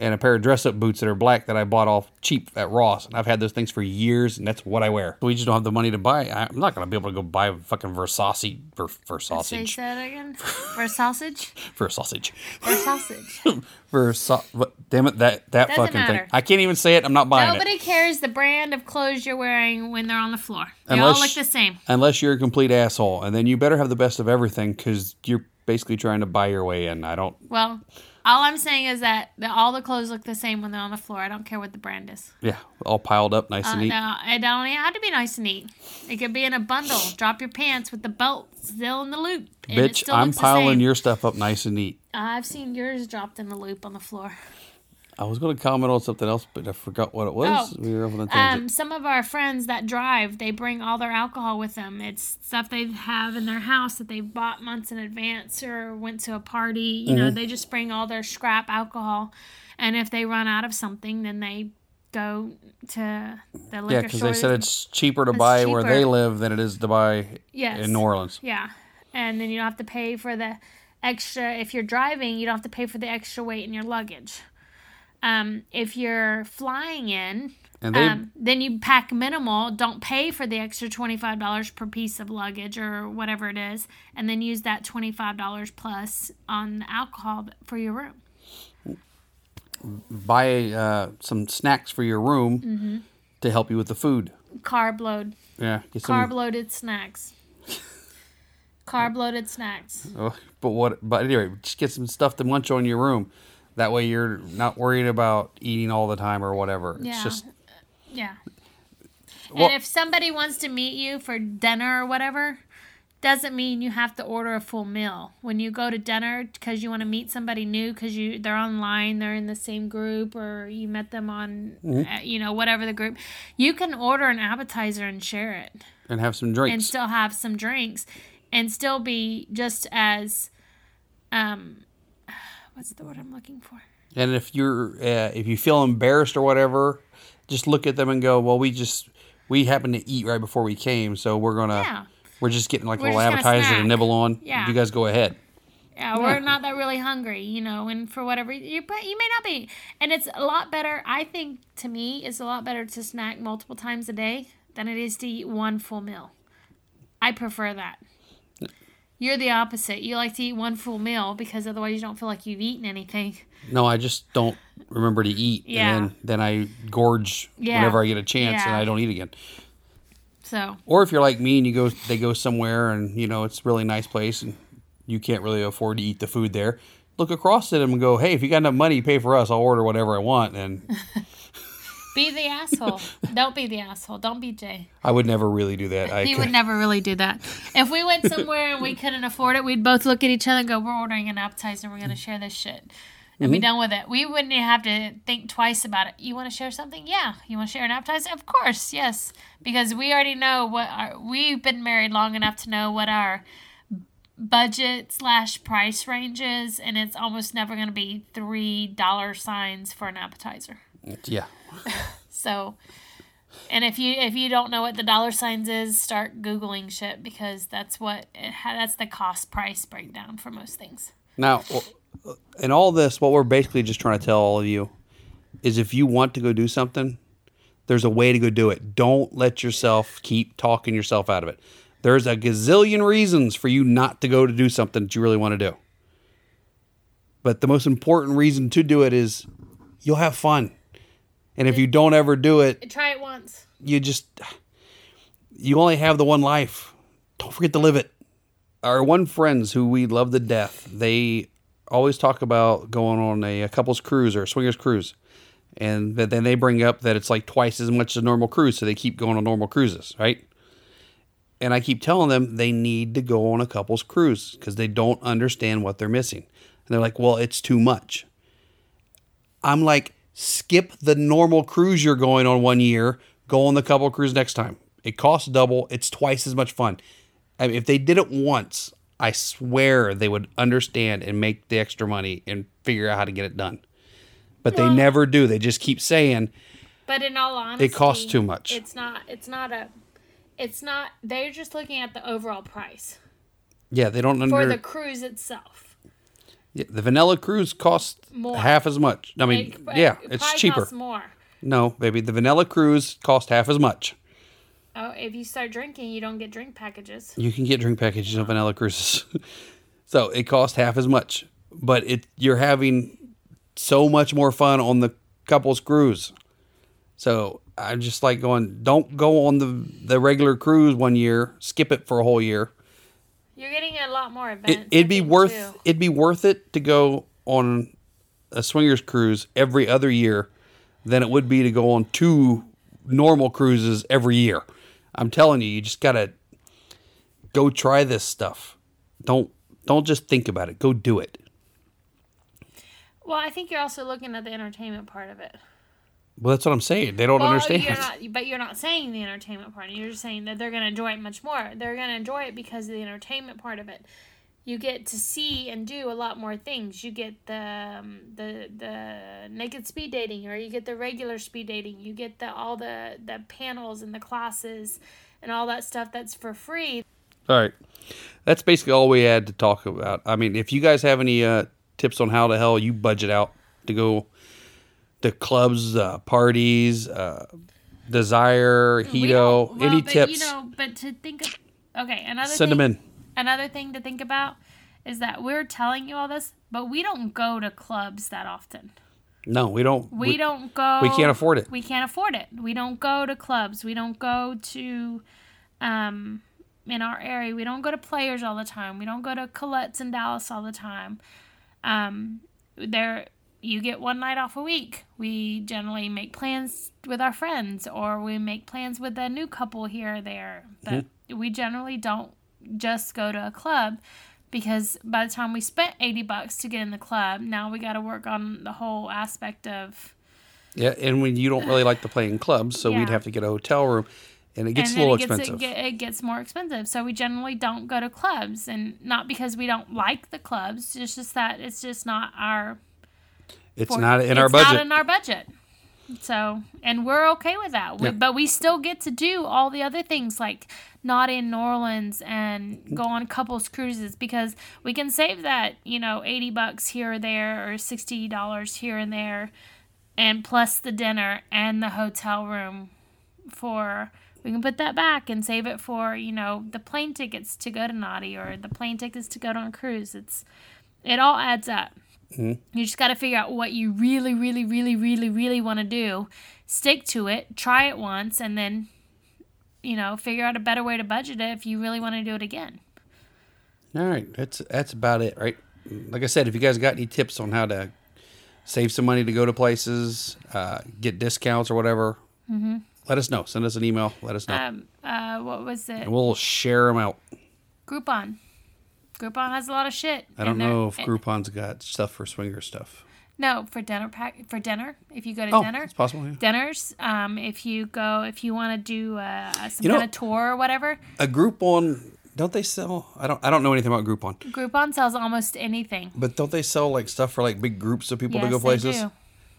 Speaker 2: and a pair of dress up boots that are black that I bought off cheap at Ross. And I've had those things for years, and that's what I wear. We just don't have the money to buy. I'm not going to be able to go buy a fucking Versace, Ver,
Speaker 1: Say
Speaker 2: Versace,
Speaker 1: that again. For sausage.
Speaker 2: Versace,
Speaker 1: For sausage.
Speaker 2: Versace. Damn it, that, that
Speaker 1: Doesn't
Speaker 2: fucking thing.
Speaker 1: matter.
Speaker 2: I can't even say it. I'm not buying it.
Speaker 1: Nobody cares the brand of clothes you're wearing when they're on the floor. They all look the same.
Speaker 2: Unless you're a complete asshole, and then you better have the best of everything because you're basically trying to buy your way in. I don't.
Speaker 1: Well, all I'm saying is that the, all the clothes look the same when they're on the floor. I don't care what the brand is.
Speaker 2: Yeah, all piled up, nice and neat.
Speaker 1: No, it don't even have to be nice and neat. It could be in a bundle. Drop your pants with the belt still in the loop. and it
Speaker 2: Bitch,
Speaker 1: still
Speaker 2: I'm
Speaker 1: looks the same.
Speaker 2: piling your stuff up nice and neat.
Speaker 1: I've seen yours dropped in the loop on the floor.
Speaker 2: I was going to comment on something else, but I forgot what it was.
Speaker 1: Oh,
Speaker 2: we were on a tangent.
Speaker 1: Um, some of our friends that drive, they bring all their alcohol with them. It's stuff they have in their house that they bought months in advance or went to a party. You
Speaker 2: Mm-hmm.
Speaker 1: know, they just bring all their scrap alcohol, and if they run out of something, then they go to the liquor
Speaker 2: yeah,
Speaker 1: because
Speaker 2: because they said it's cheaper to
Speaker 1: It's
Speaker 2: buy where they
Speaker 1: cheaper.
Speaker 2: live than it is to buy
Speaker 1: Yes.
Speaker 2: in New Orleans.
Speaker 1: Yeah. And then you don't have to pay for the extra if you're driving, you don't have to pay for the extra weight in your luggage. Um, if you're flying in,
Speaker 2: And they
Speaker 1: um, then you pack minimal, don't pay for the extra $25 per piece of luggage or whatever it is, and then use that $25 plus on the alcohol for your room.
Speaker 2: buy uh, some snacks for your room
Speaker 1: Mm-hmm.
Speaker 2: to help you with the food.
Speaker 1: Carb load,
Speaker 2: Yeah, get some.
Speaker 1: carb loaded snacks. carb loaded snacks.
Speaker 2: Oh, but what? But anyway, just get some stuff to munch on your room. That way, you're not worried about eating all the time or whatever. It's
Speaker 1: Yeah.
Speaker 2: just
Speaker 1: Yeah.
Speaker 2: Well-
Speaker 1: and if somebody wants to meet you for dinner or whatever, doesn't mean you have to order a full meal. When you go to dinner because you want to meet somebody new because you they're online, they're in the same group, or you met them on, uh, you know, whatever the group, you can order an appetizer and share it,
Speaker 2: and have some
Speaker 1: and
Speaker 2: drinks.
Speaker 1: still have some drinks, and still be just as, um, what's the word I'm looking for?
Speaker 2: And if you're uh, if you feel embarrassed or whatever, just look at them and go, "Well, we just we happened to eat right before we came, so we're gonna
Speaker 1: Yeah.
Speaker 2: we're just getting like a
Speaker 1: We're
Speaker 2: little
Speaker 1: just gonna
Speaker 2: appetizer to
Speaker 1: snack.
Speaker 2: nibble on.
Speaker 1: Yeah.
Speaker 2: You guys go ahead.
Speaker 1: Yeah, we're not that really hungry, you know, and for whatever you but you may not be. And it's a lot better, I think to me, it's a lot better to snack multiple times a day than it is to eat one full meal. I prefer that. You're the opposite. You like to eat one full meal because otherwise you don't feel like you've eaten anything.
Speaker 2: No, I just don't remember to eat,
Speaker 1: Yeah.
Speaker 2: and then then I gorge
Speaker 1: Yeah.
Speaker 2: whenever I get a chance, and
Speaker 1: Yeah.
Speaker 2: I don't eat again.
Speaker 1: So,
Speaker 2: Or if you're like me and you go, they go somewhere and you know it's a really nice place and you can't really afford to eat the food there. Look across at them and go, hey, if you got enough money, pay for us. I'll order whatever I want. And
Speaker 1: be the asshole. don't be the asshole. Don't be Jay.
Speaker 2: I would never really do that. I
Speaker 1: He
Speaker 2: could-
Speaker 1: would never really do that. If we went somewhere and we couldn't afford it, we'd both look at each other and go, "We're ordering an appetizer. We're gonna share this shit and be done with it." We wouldn't have to think twice about it. You want to share something? Yeah. You want to share an appetizer? Of course, yes. Because we already know what our we've been married long enough to know what our budget slash price range is, and it's almost never gonna be three dollar signs for an appetizer.
Speaker 2: yeah.
Speaker 1: So, and if you if you don't know what the dollar signs is, start googling shit because that's what it ha- that's the cost price breakdown for most things.
Speaker 2: Now, in all this, what we're basically just trying to tell all of you is if you want to go do something, there's a way to go do it. Don't let yourself keep talking yourself out of it. There's a gazillion reasons for you not to go to do something that you really want to do. But the most important reason to do it is you'll have fun. And if you don't ever do it,
Speaker 1: Try it once.
Speaker 2: you just you only have the one life. Don't forget to live it. Our one friends who we love to death, they always talk about going on a, a couple's cruise or a swingers cruise. And that then they bring up that it's like twice as much as a normal cruise, so they keep going on normal cruises, right? And I keep telling them they need to go on a couple's cruise because they don't understand what they're missing. And they're like, well, it's too much. I'm like, skip the normal cruise you're going on one year, go on the couple cruise next time. It costs double, it's twice as much fun. I mean, if they did it once, I swear they would understand and make the extra money and figure out how to get it done. But they never do. They just keep saying,
Speaker 1: But in all honesty,
Speaker 2: costs too much.
Speaker 1: It's not. It's not a. It's not. They're just looking at the overall price
Speaker 2: yeah, they don't
Speaker 1: for
Speaker 2: under
Speaker 1: the
Speaker 2: the,
Speaker 1: cruise itself.
Speaker 2: the vanilla cruise costs
Speaker 1: More.
Speaker 2: half as much. I mean,
Speaker 1: It-
Speaker 2: yeah,
Speaker 1: it
Speaker 2: it's
Speaker 1: probably
Speaker 2: cheaper.
Speaker 1: costs more.
Speaker 2: No, baby, the vanilla cruise costs half as much.
Speaker 1: Oh, if you start drinking, you don't get drink packages.
Speaker 2: You can get drink packages on vanilla cruises. so it costs half as much, but it you're having so much more fun on the couple's cruise. So I'm just like going, don't go on the the regular cruise one year, skip it for a whole year.
Speaker 1: You're getting a lot more
Speaker 2: It,
Speaker 1: events. I
Speaker 2: it'd be
Speaker 1: think,
Speaker 2: worth
Speaker 1: too.
Speaker 2: it'd be worth it to go on a swingers cruise every other year than it would be to go on two normal cruises every year. I'm telling you, you just gotta go try this stuff. Don't don't just think about it. Go do it.
Speaker 1: Well, I think you're also looking at the entertainment part of it.
Speaker 2: Well, that's what I'm saying. They don't understand.
Speaker 1: You're not, but you're not saying the entertainment part. You're just saying that they're going to enjoy it much more. They're going to enjoy it because of the entertainment part of it. You get to see and do a lot more things. You get the um, the the naked speed dating, or you get the regular speed dating. You get the all the the panels and the classes, and all that stuff that's for free.
Speaker 2: All right. That's basically all we had to talk about. I mean, if you guys have any uh, tips on how the hell you budget out to go to clubs, uh, parties, uh, Desire, Hito, any
Speaker 1: but,
Speaker 2: tips,
Speaker 1: You know, but to think of okay, another
Speaker 2: send them
Speaker 1: thing-
Speaker 2: in.
Speaker 1: another thing to think about is that we're telling you all this, but we don't go to clubs that often.
Speaker 2: No, we don't.
Speaker 1: We, don't go.
Speaker 2: we can't afford it.
Speaker 1: We can't afford it. We don't go to clubs. We don't go to, um, in our area. We don't go to players all the time. We don't go to Colette's in Dallas all the time. Um, there you get one night off a week. We generally make plans with our friends, or we make plans with a new couple here or there. But
Speaker 2: Hmm.
Speaker 1: we generally don't just go to a club because by the time we spent 80 bucks to get in the club now we got to work on the whole aspect of
Speaker 2: Yeah, and when you don't really like to play in clubs, so
Speaker 1: Yeah.
Speaker 2: we'd have to get a hotel room, and it gets
Speaker 1: and
Speaker 2: a little
Speaker 1: then it gets,
Speaker 2: expensive.
Speaker 1: It, get, it gets more expensive. So we generally don't go to clubs, and not because we don't like the clubs. It's just that it's just not our.
Speaker 2: It's
Speaker 1: for-
Speaker 2: not in our budget.
Speaker 1: It's not in our budget. So, and we're okay with that. We,
Speaker 2: Yeah.
Speaker 1: But we still get to do all the other things like not in New Orleans and go on couples cruises because we can save that, you know, 80 bucks here or there or $60 here and there and plus the dinner and the hotel room for we can put that back and save it for, you know, the plane tickets to go to Naughty or the plane tickets to go on a cruise. It's it all adds up. You just got to figure out what you really, really, really, really, really want to do. Stick to it, try it once, and then, you know, figure out a better way to budget it if you really want to do it again.
Speaker 2: All right, that's that's about it, right? Like I said, if you guys got any tips on how to save some money to go to places, uh, get discounts or whatever, let us know. Send us an email. Let us know,
Speaker 1: Mm-hmm. Um, uh, what was it?
Speaker 2: and we'll share them out.
Speaker 1: Groupon. Groupon has a lot of shit. Eh,
Speaker 2: I don't know if Groupon's got stuff for swinger stuff.
Speaker 1: No, for dinner pack for dinner. If you go to
Speaker 2: Oh,
Speaker 1: dinner,
Speaker 2: it's possible. Yeah.
Speaker 1: dinners. Um, if you go, if you want to do uh, some
Speaker 2: You know-
Speaker 1: kind of tour or whatever,
Speaker 2: A Groupon, don't they sell? I don't. I don't know anything about Groupon,
Speaker 1: Groupon sells almost anything.
Speaker 2: but don't they sell like stuff for like big groups of people
Speaker 1: yes,
Speaker 2: to go places?
Speaker 1: they do.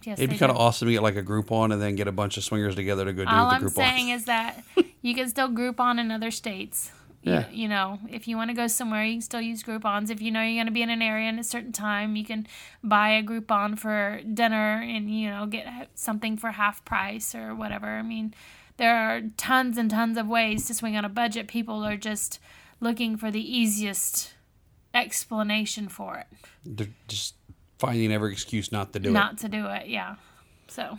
Speaker 1: Yes,
Speaker 2: It'd be
Speaker 1: they
Speaker 2: kind
Speaker 1: do.
Speaker 2: of awesome to get like a Groupon and then get a bunch of swingers together to go do
Speaker 1: All
Speaker 2: the
Speaker 1: I'm
Speaker 2: Groupon.
Speaker 1: saying is that you can still Groupon in other states. You-
Speaker 2: Yeah.
Speaker 1: You, know, if you want to go somewhere, you can still use Groupons. If you know you're going to be in an area in a certain time, you can buy a Groupon for dinner and, you know, get h- something for half price or whatever. I mean, there are tons and tons of ways to swing on a budget. People are just looking for the easiest explanation for it,
Speaker 2: They're just finding every excuse not to do it.
Speaker 1: not to do it. Yeah. So,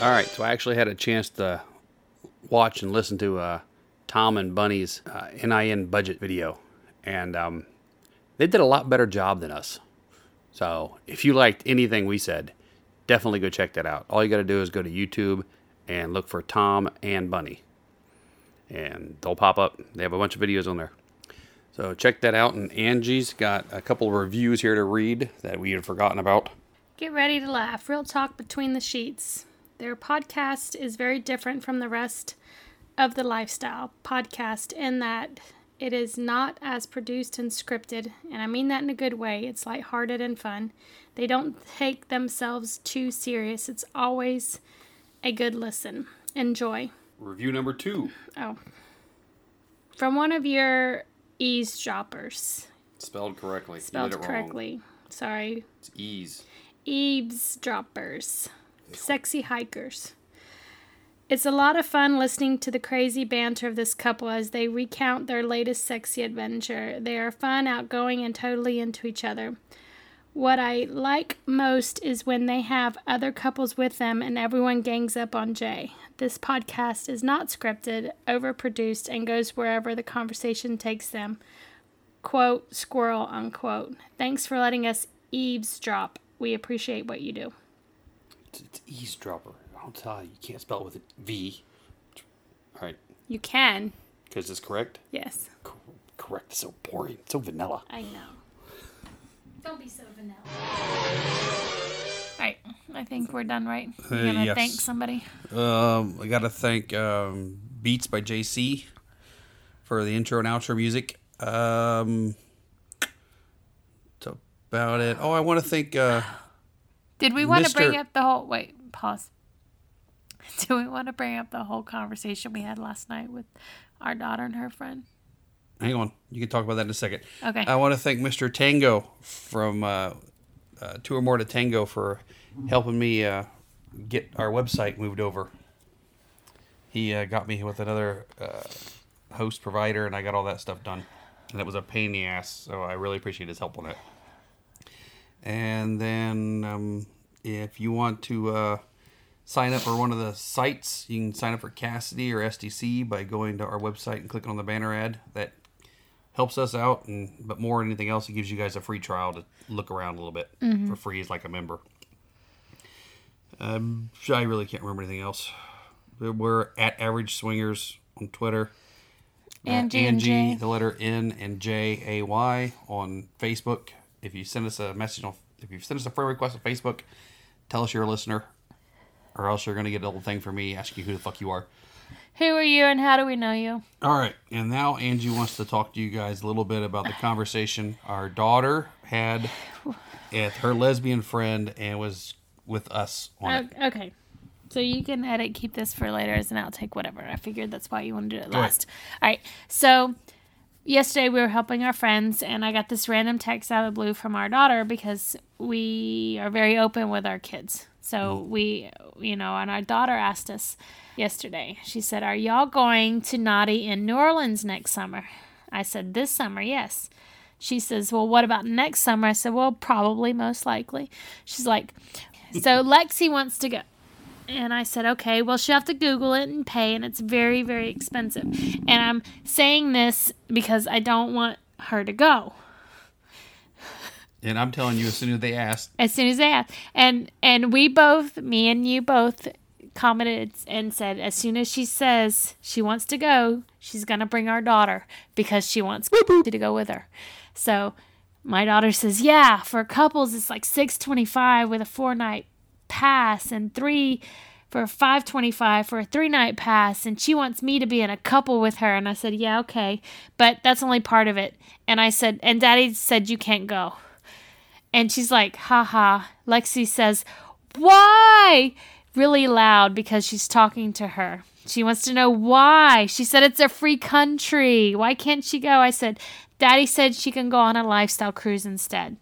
Speaker 2: All right, so I actually had a chance to watch and listen to uh, Tom and Bunny's uh, NIN budget video, and um, they did a lot better job than us. So if you liked anything we said, definitely go check that out. All you got to do is go to YouTube and look for Tom and Bunny, and they'll pop up. They have a bunch of videos on there. So check that out. And Angie's got a couple of reviews here to read that we had forgotten about.
Speaker 1: Get ready to laugh. Real talk between the sheets. Their podcast is very different from the rest of the lifestyle podcast in that it is not as produced and scripted, and I mean that in a good way. It's lighthearted and fun. They don't take themselves too serious. It's always a good listen. Enjoy.
Speaker 2: Review number two.
Speaker 1: Oh. From one of your eavesdroppers,
Speaker 2: Spelled correctly.
Speaker 1: spelled correctly. Sorry,
Speaker 2: It's ease.
Speaker 1: eavesdroppers, sexy hikers. It's a lot of fun listening to the crazy banter of this couple as they recount their latest sexy adventure. They are fun, outgoing, and totally into each other. What I like most is when they have other couples with them and everyone gangs up on Jay. This podcast is not scripted, overproduced, and goes wherever the conversation takes them quote squirrel unquote thanks for letting us eavesdrop we appreciate what you do
Speaker 2: It's, it's eavesdropper. I'll tell you, you can't spell it with a V. All right,
Speaker 1: you can
Speaker 2: because it's correct.
Speaker 1: yes
Speaker 2: Cor- correct is so boring. It's so vanilla.
Speaker 1: i know don't be so vanilla all right i think we're done right
Speaker 2: Uh,
Speaker 1: you gonna
Speaker 2: yes.
Speaker 1: thank somebody
Speaker 2: Um, I gotta thank um, Beats by JC for the intro and outro music. Um, that's about it. Oh, I want to thank. Uh,
Speaker 1: did we want to bring
Speaker 2: Mr.
Speaker 1: up the whole wait pause do we want to bring up the whole conversation we had last night with our daughter and her friend
Speaker 2: hang on, you can talk about that in a second.
Speaker 1: Okay.
Speaker 2: I want to thank Mr. Tango from uh, uh, Two or More to Tango for helping me uh, get our website moved over. He uh, got me with another uh, host provider, and I got all that stuff done. And it was a pain in the ass, so I really appreciate his help on it. And then, um, if you want to uh, sign up for one of the sites, you can sign up for Cassidy or SDC by going to our website and clicking on the banner ad. That helps us out, and but more than anything else, it gives you guys a free trial to look around a little bit
Speaker 1: Mm-hmm.
Speaker 2: for free as like a member. Um, so I really can't remember anything else. We're at Average Swingers on Twitter. Uh,
Speaker 1: Angie and Jay.
Speaker 2: the letter N and J A Y on Facebook. If you send us a message on, if you send us a friend request on Facebook, tell us you're a listener, or else you're gonna get a little thing from me asking you who the fuck you are.
Speaker 1: who are you and how do we know you
Speaker 2: All right, and now Angie wants to talk to you guys a little bit about the conversation our daughter had with her lesbian friend and was with us on it.
Speaker 1: O- Oh, Okay. So you can edit, keep this for later as an outtake, whatever. I figured that's why you wanted to do it
Speaker 2: ahead.
Speaker 1: last. All right. So yesterday we were helping our friends, and I got this random text out of the blue from our daughter because we are very open with our kids. So we, you know, and our daughter asked us yesterday, she said, Are y'all going to Naughty in New Orleans next summer? I said, This summer, yes. She says, Well, what about next summer? I said, Well, probably, most likely. She's like, So Lexi wants to go. And I said, okay, well, she'll have to Google it and pay, and it's very, very expensive. And I'm saying this because I don't want her to go
Speaker 2: And I'm telling you, as soon as they asked,
Speaker 1: as soon as they ask. And and we both, me and you both, commented and said, as soon as she says she wants to go, she's gonna bring our daughter because she wants to go with her. So my daughter says, yeah, for couples it's like six twenty five with a four night pass and three for 525 for a three night pass and she wants me to be in a couple with her and i said yeah okay but that's only part of it and i said and daddy said you can't go and she's like, haha. Lexi says, why? Really loud because she's talking to her. She wants to know why. She said, it's a free country. Why can't she go? I said, Daddy said she can go on a lifestyle cruise instead.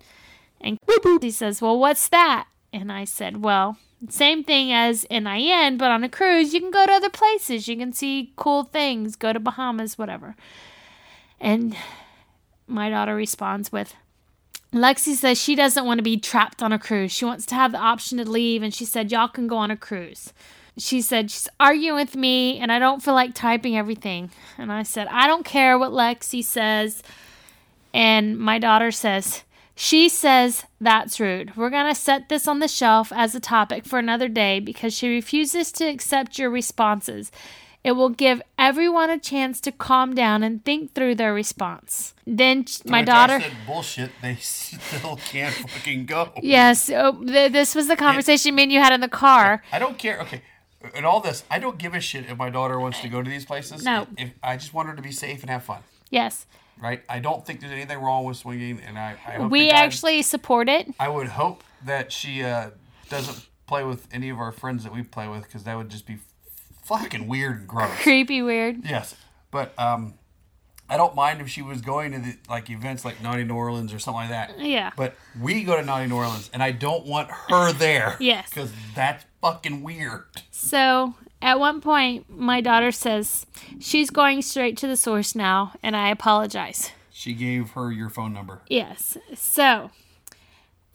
Speaker 1: And he says, Well, what's that? And I said, Well, same thing as NIN, but on a cruise, you can go to other places. You can see cool things, go to Bahamas, whatever. And my daughter responds with, Lexi says she doesn't want to be trapped on a cruise. She wants to have the option to leave, and she said, Y'all can go on a cruise. She said, She's arguing with me, and I don't feel like typing everything. And I said, I don't care what Lexi says. And my daughter says, She says that's rude. We're going to set this on the shelf as a topic for another day because she refuses to accept your responses. It will give everyone a chance to calm down and think through their response. Then sh- my daughter.
Speaker 2: said bullshit, they still can't fucking go.
Speaker 1: Yes, oh, th- this was the conversation me and you had in the car.
Speaker 2: I don't care. Okay. In all this, I don't give a shit if my daughter wants to go to these places.
Speaker 1: No.
Speaker 2: If, I just want her to be safe and have fun,
Speaker 1: Yes,
Speaker 2: right? I don't think there's anything wrong with swinging, and I, I hope
Speaker 1: we
Speaker 2: to Oh God-
Speaker 1: actually support it.
Speaker 2: I would hope that she uh, doesn't play with any of our friends that we play with, because that would just be fucking weird and gross.
Speaker 1: Creepy, weird.
Speaker 2: Yes, but um, I don't mind if she was going to the, like events like Naughty New Orleans or something like that.
Speaker 1: Yeah.
Speaker 2: But we go to Naughty New Orleans, and I don't want her there.
Speaker 1: Yes.
Speaker 2: Because that's fucking weird.
Speaker 1: So at one point, my daughter says she's going straight to the source now, and I apologize.
Speaker 2: She gave her your phone number.
Speaker 1: Yes. So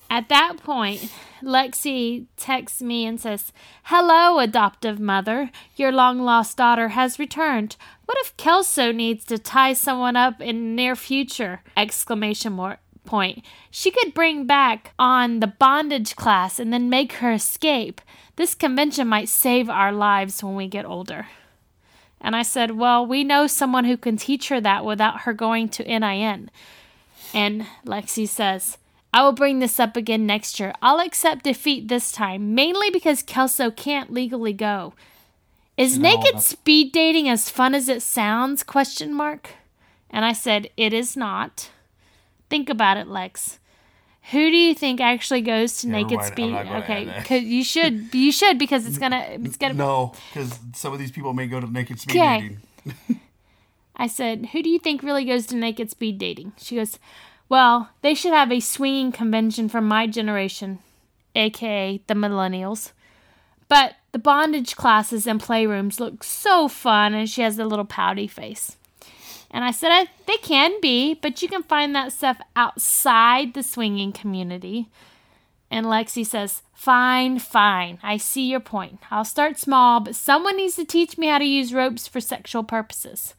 Speaker 1: at that point, Lexi texts me and says, Hello, adoptive mother. Your long lost daughter has returned. What if Kelso needs to tie someone up in near future? Exclamation mark point. She could bring back on the bondage class and then make her escape. This convention might save our lives when we get older. And I said, Well, we know someone who can teach her that without her going to NIN. And Lexi says, I will bring this up again next year. I'll accept defeat this time, mainly because Kelso can't legally go. Is
Speaker 2: No,
Speaker 1: naked
Speaker 2: that's-
Speaker 1: speed dating as fun as it sounds? Question mark. And I said, It is not. Think about it, Lex. Who do you think actually goes to
Speaker 2: Never
Speaker 1: naked
Speaker 2: mind, I'm
Speaker 1: speed?
Speaker 2: not gonna add
Speaker 1: Okay,
Speaker 2: that.
Speaker 1: 'cause you should, you should because it's gonna, it's gonna.
Speaker 2: No, because some of these people may go to naked speed
Speaker 1: Okay.
Speaker 2: dating.
Speaker 1: I said, Who do you think really goes to naked speed dating? She goes, Well, they should have a swinging convention for my generation, aka the millennials. But the bondage classes and playrooms look so fun, and she has a little pouty face. And I said, I, They can be, but you can find that stuff outside the swinging community. And Lexi says, Fine, fine. I see your point. I'll start small, but someone needs to teach me how to use ropes for sexual purposes.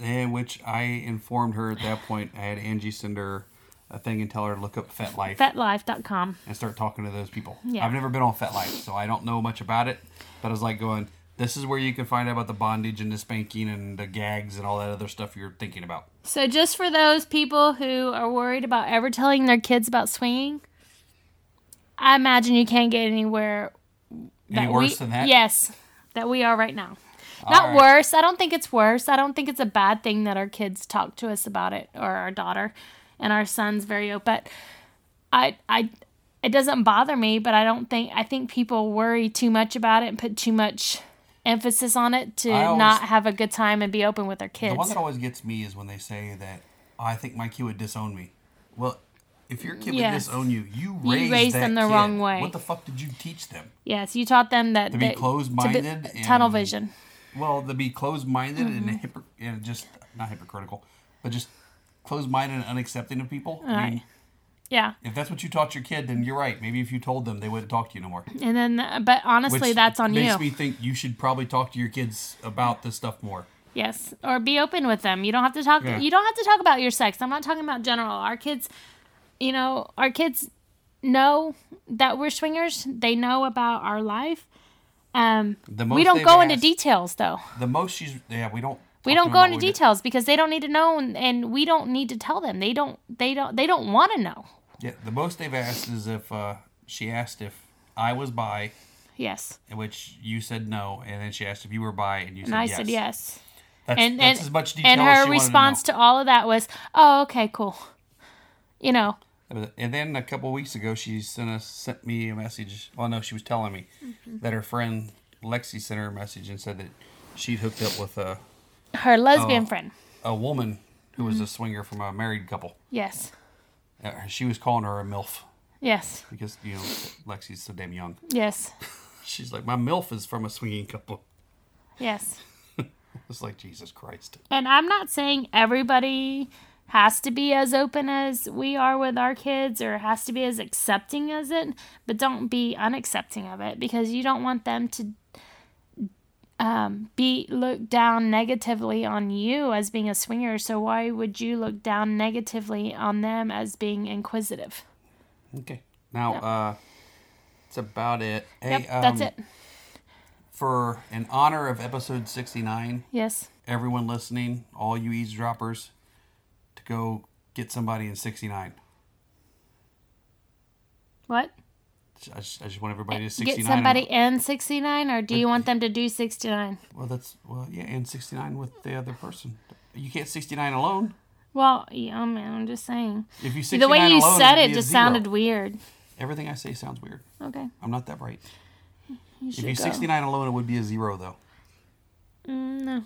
Speaker 2: And which I informed her at that point. I had Angie send her a thing and tell her to look up Fet Life.
Speaker 1: vetlife.com.
Speaker 2: and start talking to those people.
Speaker 1: Yeah.
Speaker 2: I've never been on FetLife, so I don't know much about it. But I was like going, this is where you can find out about the bondage and the spanking and the gags and all that other stuff you're thinking about.
Speaker 1: So just for those people who are worried about ever telling their kids about swinging, I imagine you can't get anywhere
Speaker 2: Any
Speaker 1: that
Speaker 2: worse
Speaker 1: we-
Speaker 2: than that?
Speaker 1: Yes, that we are right now. Not
Speaker 2: right.
Speaker 1: worse. I don't think it's worse. I don't think it's a bad thing that our kids talk to us about it or our daughter.
Speaker 3: and our son's very open. But I, I, it doesn't bother me, but I don't think I think people worry too much about it and put too much emphasis on it to
Speaker 2: I always-
Speaker 3: not have a good time and be open with their
Speaker 2: The
Speaker 3: kids.
Speaker 2: one that always gets me is when they say that "Oh, I think my kid would disown me. Well, if your kid
Speaker 3: Yes.
Speaker 2: would disown you, you raised,
Speaker 3: raised
Speaker 2: that
Speaker 3: them the
Speaker 2: kid.
Speaker 3: wrong way.
Speaker 2: What the fuck did you teach them?
Speaker 3: yes, you taught them that
Speaker 2: To be
Speaker 3: that-
Speaker 2: closed-minded
Speaker 3: to be, tunnel
Speaker 2: and-
Speaker 3: vision.
Speaker 2: Well, to be closed-minded
Speaker 3: Mm-hmm.
Speaker 2: and hypocr- and just not hypocritical, but just closed-minded and unaccepting of people. I mean,
Speaker 3: Yeah,
Speaker 2: if that's what you taught your kid, then you're right. Maybe if you told them, they wouldn't talk to you no more.
Speaker 3: and then uh, but honestly, that's on
Speaker 2: makes
Speaker 3: you.
Speaker 2: me think you should probably talk to your kids about this stuff more.
Speaker 3: Yes, or be open with them. You don't have to talk.
Speaker 2: Yeah.
Speaker 3: You don't have to talk about your sex. I'm not talking about general. Our kids, you know, our kids know that we're swingers. They know about our life. Um,
Speaker 2: The
Speaker 3: we
Speaker 2: most
Speaker 3: don't
Speaker 2: they've
Speaker 3: go into
Speaker 2: asked-
Speaker 3: details though.
Speaker 2: The most she's yeah, we don't.
Speaker 3: We
Speaker 2: talk to
Speaker 3: don't
Speaker 2: them
Speaker 3: go
Speaker 2: about
Speaker 3: into
Speaker 2: what we did.
Speaker 3: details because they don't need to know, and, and we don't need to tell them. They don't. They don't. They don't want to know.
Speaker 2: Yeah, the most they've asked is if uh, she asked if I was bi,
Speaker 3: Yes,
Speaker 2: in which you said no, and then she asked if you were bi, and you said
Speaker 3: and I
Speaker 2: yes.
Speaker 3: said yes.
Speaker 2: That's,
Speaker 3: And
Speaker 2: that's
Speaker 3: and
Speaker 2: as much detail
Speaker 3: and her
Speaker 2: as she
Speaker 3: response to all of that was, "Oh, okay, cool." You know,
Speaker 2: to. And then a couple weeks ago, she sent us sent me a message. Well, no, she was telling me
Speaker 3: Mm-hmm.
Speaker 2: that her friend Lexi sent her a message and said that she'd hooked up with a
Speaker 3: her
Speaker 2: Oh.
Speaker 3: lesbian friend.
Speaker 2: a woman who
Speaker 3: Mm-hmm.
Speaker 2: was a swinger from a married couple.
Speaker 3: Yes.
Speaker 2: Uh, she was calling her a milf
Speaker 3: Yes.
Speaker 2: because you know Lexi's so damn young.
Speaker 3: Yes.
Speaker 2: She's like, my milf is from a swinging couple.
Speaker 3: Yes.
Speaker 2: It's like Jesus Christ.
Speaker 3: And I'm not saying everybody has to be as open as we are with our kids or has to be as accepting as it, but don't be unaccepting of it because you don't want them to um, be looked down negatively on you as being a swinger. So why would you look down negatively on them as being inquisitive?
Speaker 2: Okay. Now, uh, it's about it. Hey,
Speaker 3: Yep, that's
Speaker 2: um,
Speaker 3: it.
Speaker 2: For in honor of episode 69,
Speaker 3: Yes.
Speaker 2: everyone listening, all you eavesdroppers, to go get somebody in 69.
Speaker 3: What?
Speaker 2: I just, I just want everybody to 69.
Speaker 3: Get
Speaker 2: and-
Speaker 3: somebody in 69 or do you want them to do 69?
Speaker 2: well, that's, well, yeah, and 69 with the other person. You can't 69 alone.
Speaker 3: Well, yeah, I mean, I'm just saying.
Speaker 2: If you
Speaker 3: the
Speaker 2: 69
Speaker 3: way you
Speaker 2: alone,
Speaker 3: said
Speaker 2: it'd
Speaker 3: it
Speaker 2: be a
Speaker 3: just
Speaker 2: zero.
Speaker 3: sounded weird.
Speaker 2: Everything I say sounds weird.
Speaker 3: Okay.
Speaker 2: I'm not that bright.
Speaker 3: You
Speaker 2: If
Speaker 3: should
Speaker 2: you
Speaker 3: go.
Speaker 2: 69 alone, it would be a zero, though.
Speaker 3: Mm, no.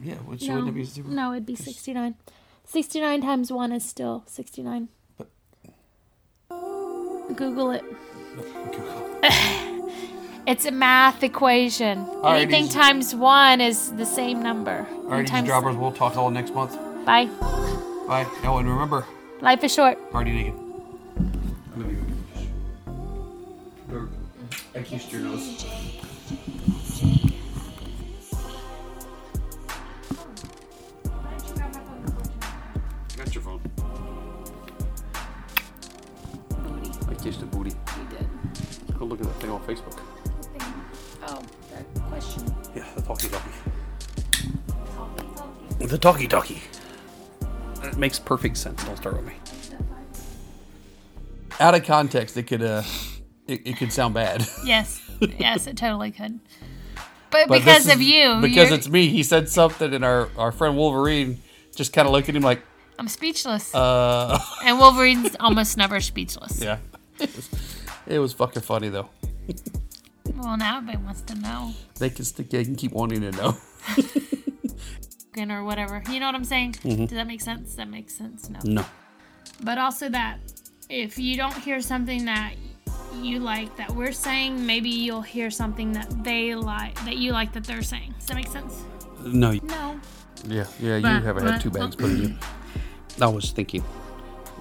Speaker 2: Yeah, which
Speaker 3: no.
Speaker 2: wouldn't it be a zero?
Speaker 3: No, it'd be 69. 69 times 1 is still 69.
Speaker 2: But-
Speaker 3: Google it.
Speaker 2: Okay.
Speaker 3: It's a math equation.
Speaker 2: right,
Speaker 3: Anything
Speaker 2: easy.
Speaker 3: times 1 is the same number.
Speaker 2: All right,
Speaker 3: times,
Speaker 2: eavesdroppers, we'll talk all next month.
Speaker 3: Bye.
Speaker 2: Bye. Oh, and remember,
Speaker 3: Life is short.
Speaker 2: party naked. I'm gonna I kissed your nose. Got your phone. I kissed a booty. Go look at that thing on Facebook.
Speaker 3: Oh, that question.
Speaker 2: Yeah, the talkie talkie. The talkie talkie. That makes perfect sense. Don't start with me. Out of context, it could uh, it, it could sound bad.
Speaker 3: Yes. Yes, it totally could. But,
Speaker 2: But this
Speaker 3: because
Speaker 2: is-
Speaker 3: of you,
Speaker 2: because
Speaker 3: you're-
Speaker 2: it's me. He said something, and our our friend Wolverine just kind of looked at him like,
Speaker 3: I'm speechless.
Speaker 2: uh,
Speaker 3: and Wolverine's almost never speechless.
Speaker 2: yeah. It was, it was fucking funny though.
Speaker 3: Well, now everybody wants to know.
Speaker 2: They can stick. They can keep wanting to know.
Speaker 3: Again, or whatever. You know what I'm saying?
Speaker 2: Mm-hmm.
Speaker 3: Does that make sense? That makes sense. No.
Speaker 2: No.
Speaker 3: But also that if you don't hear something that you like that we're saying, maybe you'll hear something that they like that you like that they're saying. Does that make sense?
Speaker 2: No.
Speaker 3: No.
Speaker 2: Yeah. Yeah. You
Speaker 3: But-
Speaker 2: haven't
Speaker 3: but-
Speaker 2: had two bags put in you. I was thinking.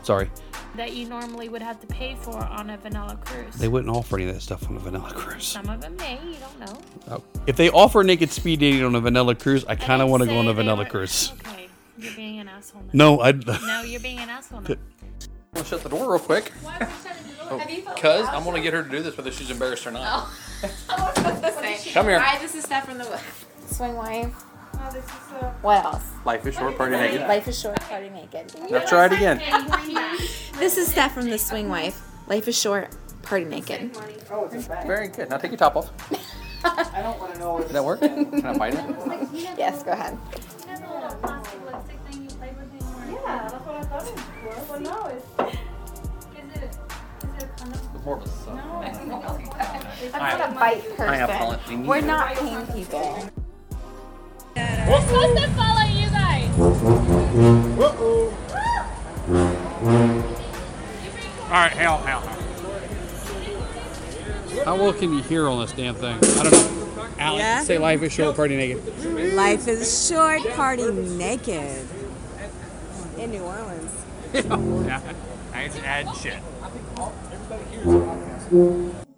Speaker 2: Sorry.
Speaker 3: That you normally would have to pay for on a vanilla cruise.
Speaker 2: They wouldn't offer any of that stuff on a vanilla cruise.
Speaker 3: Some of them may. You don't know.
Speaker 2: Oh. If they offer naked speed dating on a vanilla cruise, I kind of
Speaker 3: didn't
Speaker 2: want to go
Speaker 3: say
Speaker 2: on a
Speaker 3: they
Speaker 2: vanilla
Speaker 3: were-
Speaker 2: cruise.
Speaker 3: Okay, you're being an asshole. Now.
Speaker 2: No, I'd.
Speaker 3: No, you're being an asshole. Now.
Speaker 2: shut the door real quick.
Speaker 4: Why would you shut it down? Have you felt
Speaker 2: Because
Speaker 4: like-
Speaker 2: I'm going to get her to do this whether she's embarrassed or not.
Speaker 4: Come
Speaker 2: Come here.
Speaker 4: Hi, this is Steph from the Swing Wave. Oh, this is so.
Speaker 5: What else?
Speaker 3: Oh.
Speaker 2: Life is short, party naked.
Speaker 5: Life is short, party naked.
Speaker 2: Now try it again.
Speaker 4: This is Steph from the Swing Wave. Life is short, party naked.
Speaker 2: Very good. Now take your top off. I don't want to know. Did that work? Can I bite it?
Speaker 5: Yes, go ahead.
Speaker 4: Yeah, that's what I thought. I'm not a bite person.
Speaker 6: I apologize.
Speaker 4: We're not pain people.
Speaker 1: supposed to follow you guys.
Speaker 6: All right, hell, hell, hell.
Speaker 2: How well can you hear on this damn thing? I don't know. Alex,
Speaker 7: Yeah?
Speaker 2: say life is short, party naked.
Speaker 7: Life is short, party naked. In New Orleans.
Speaker 6: I just add shit.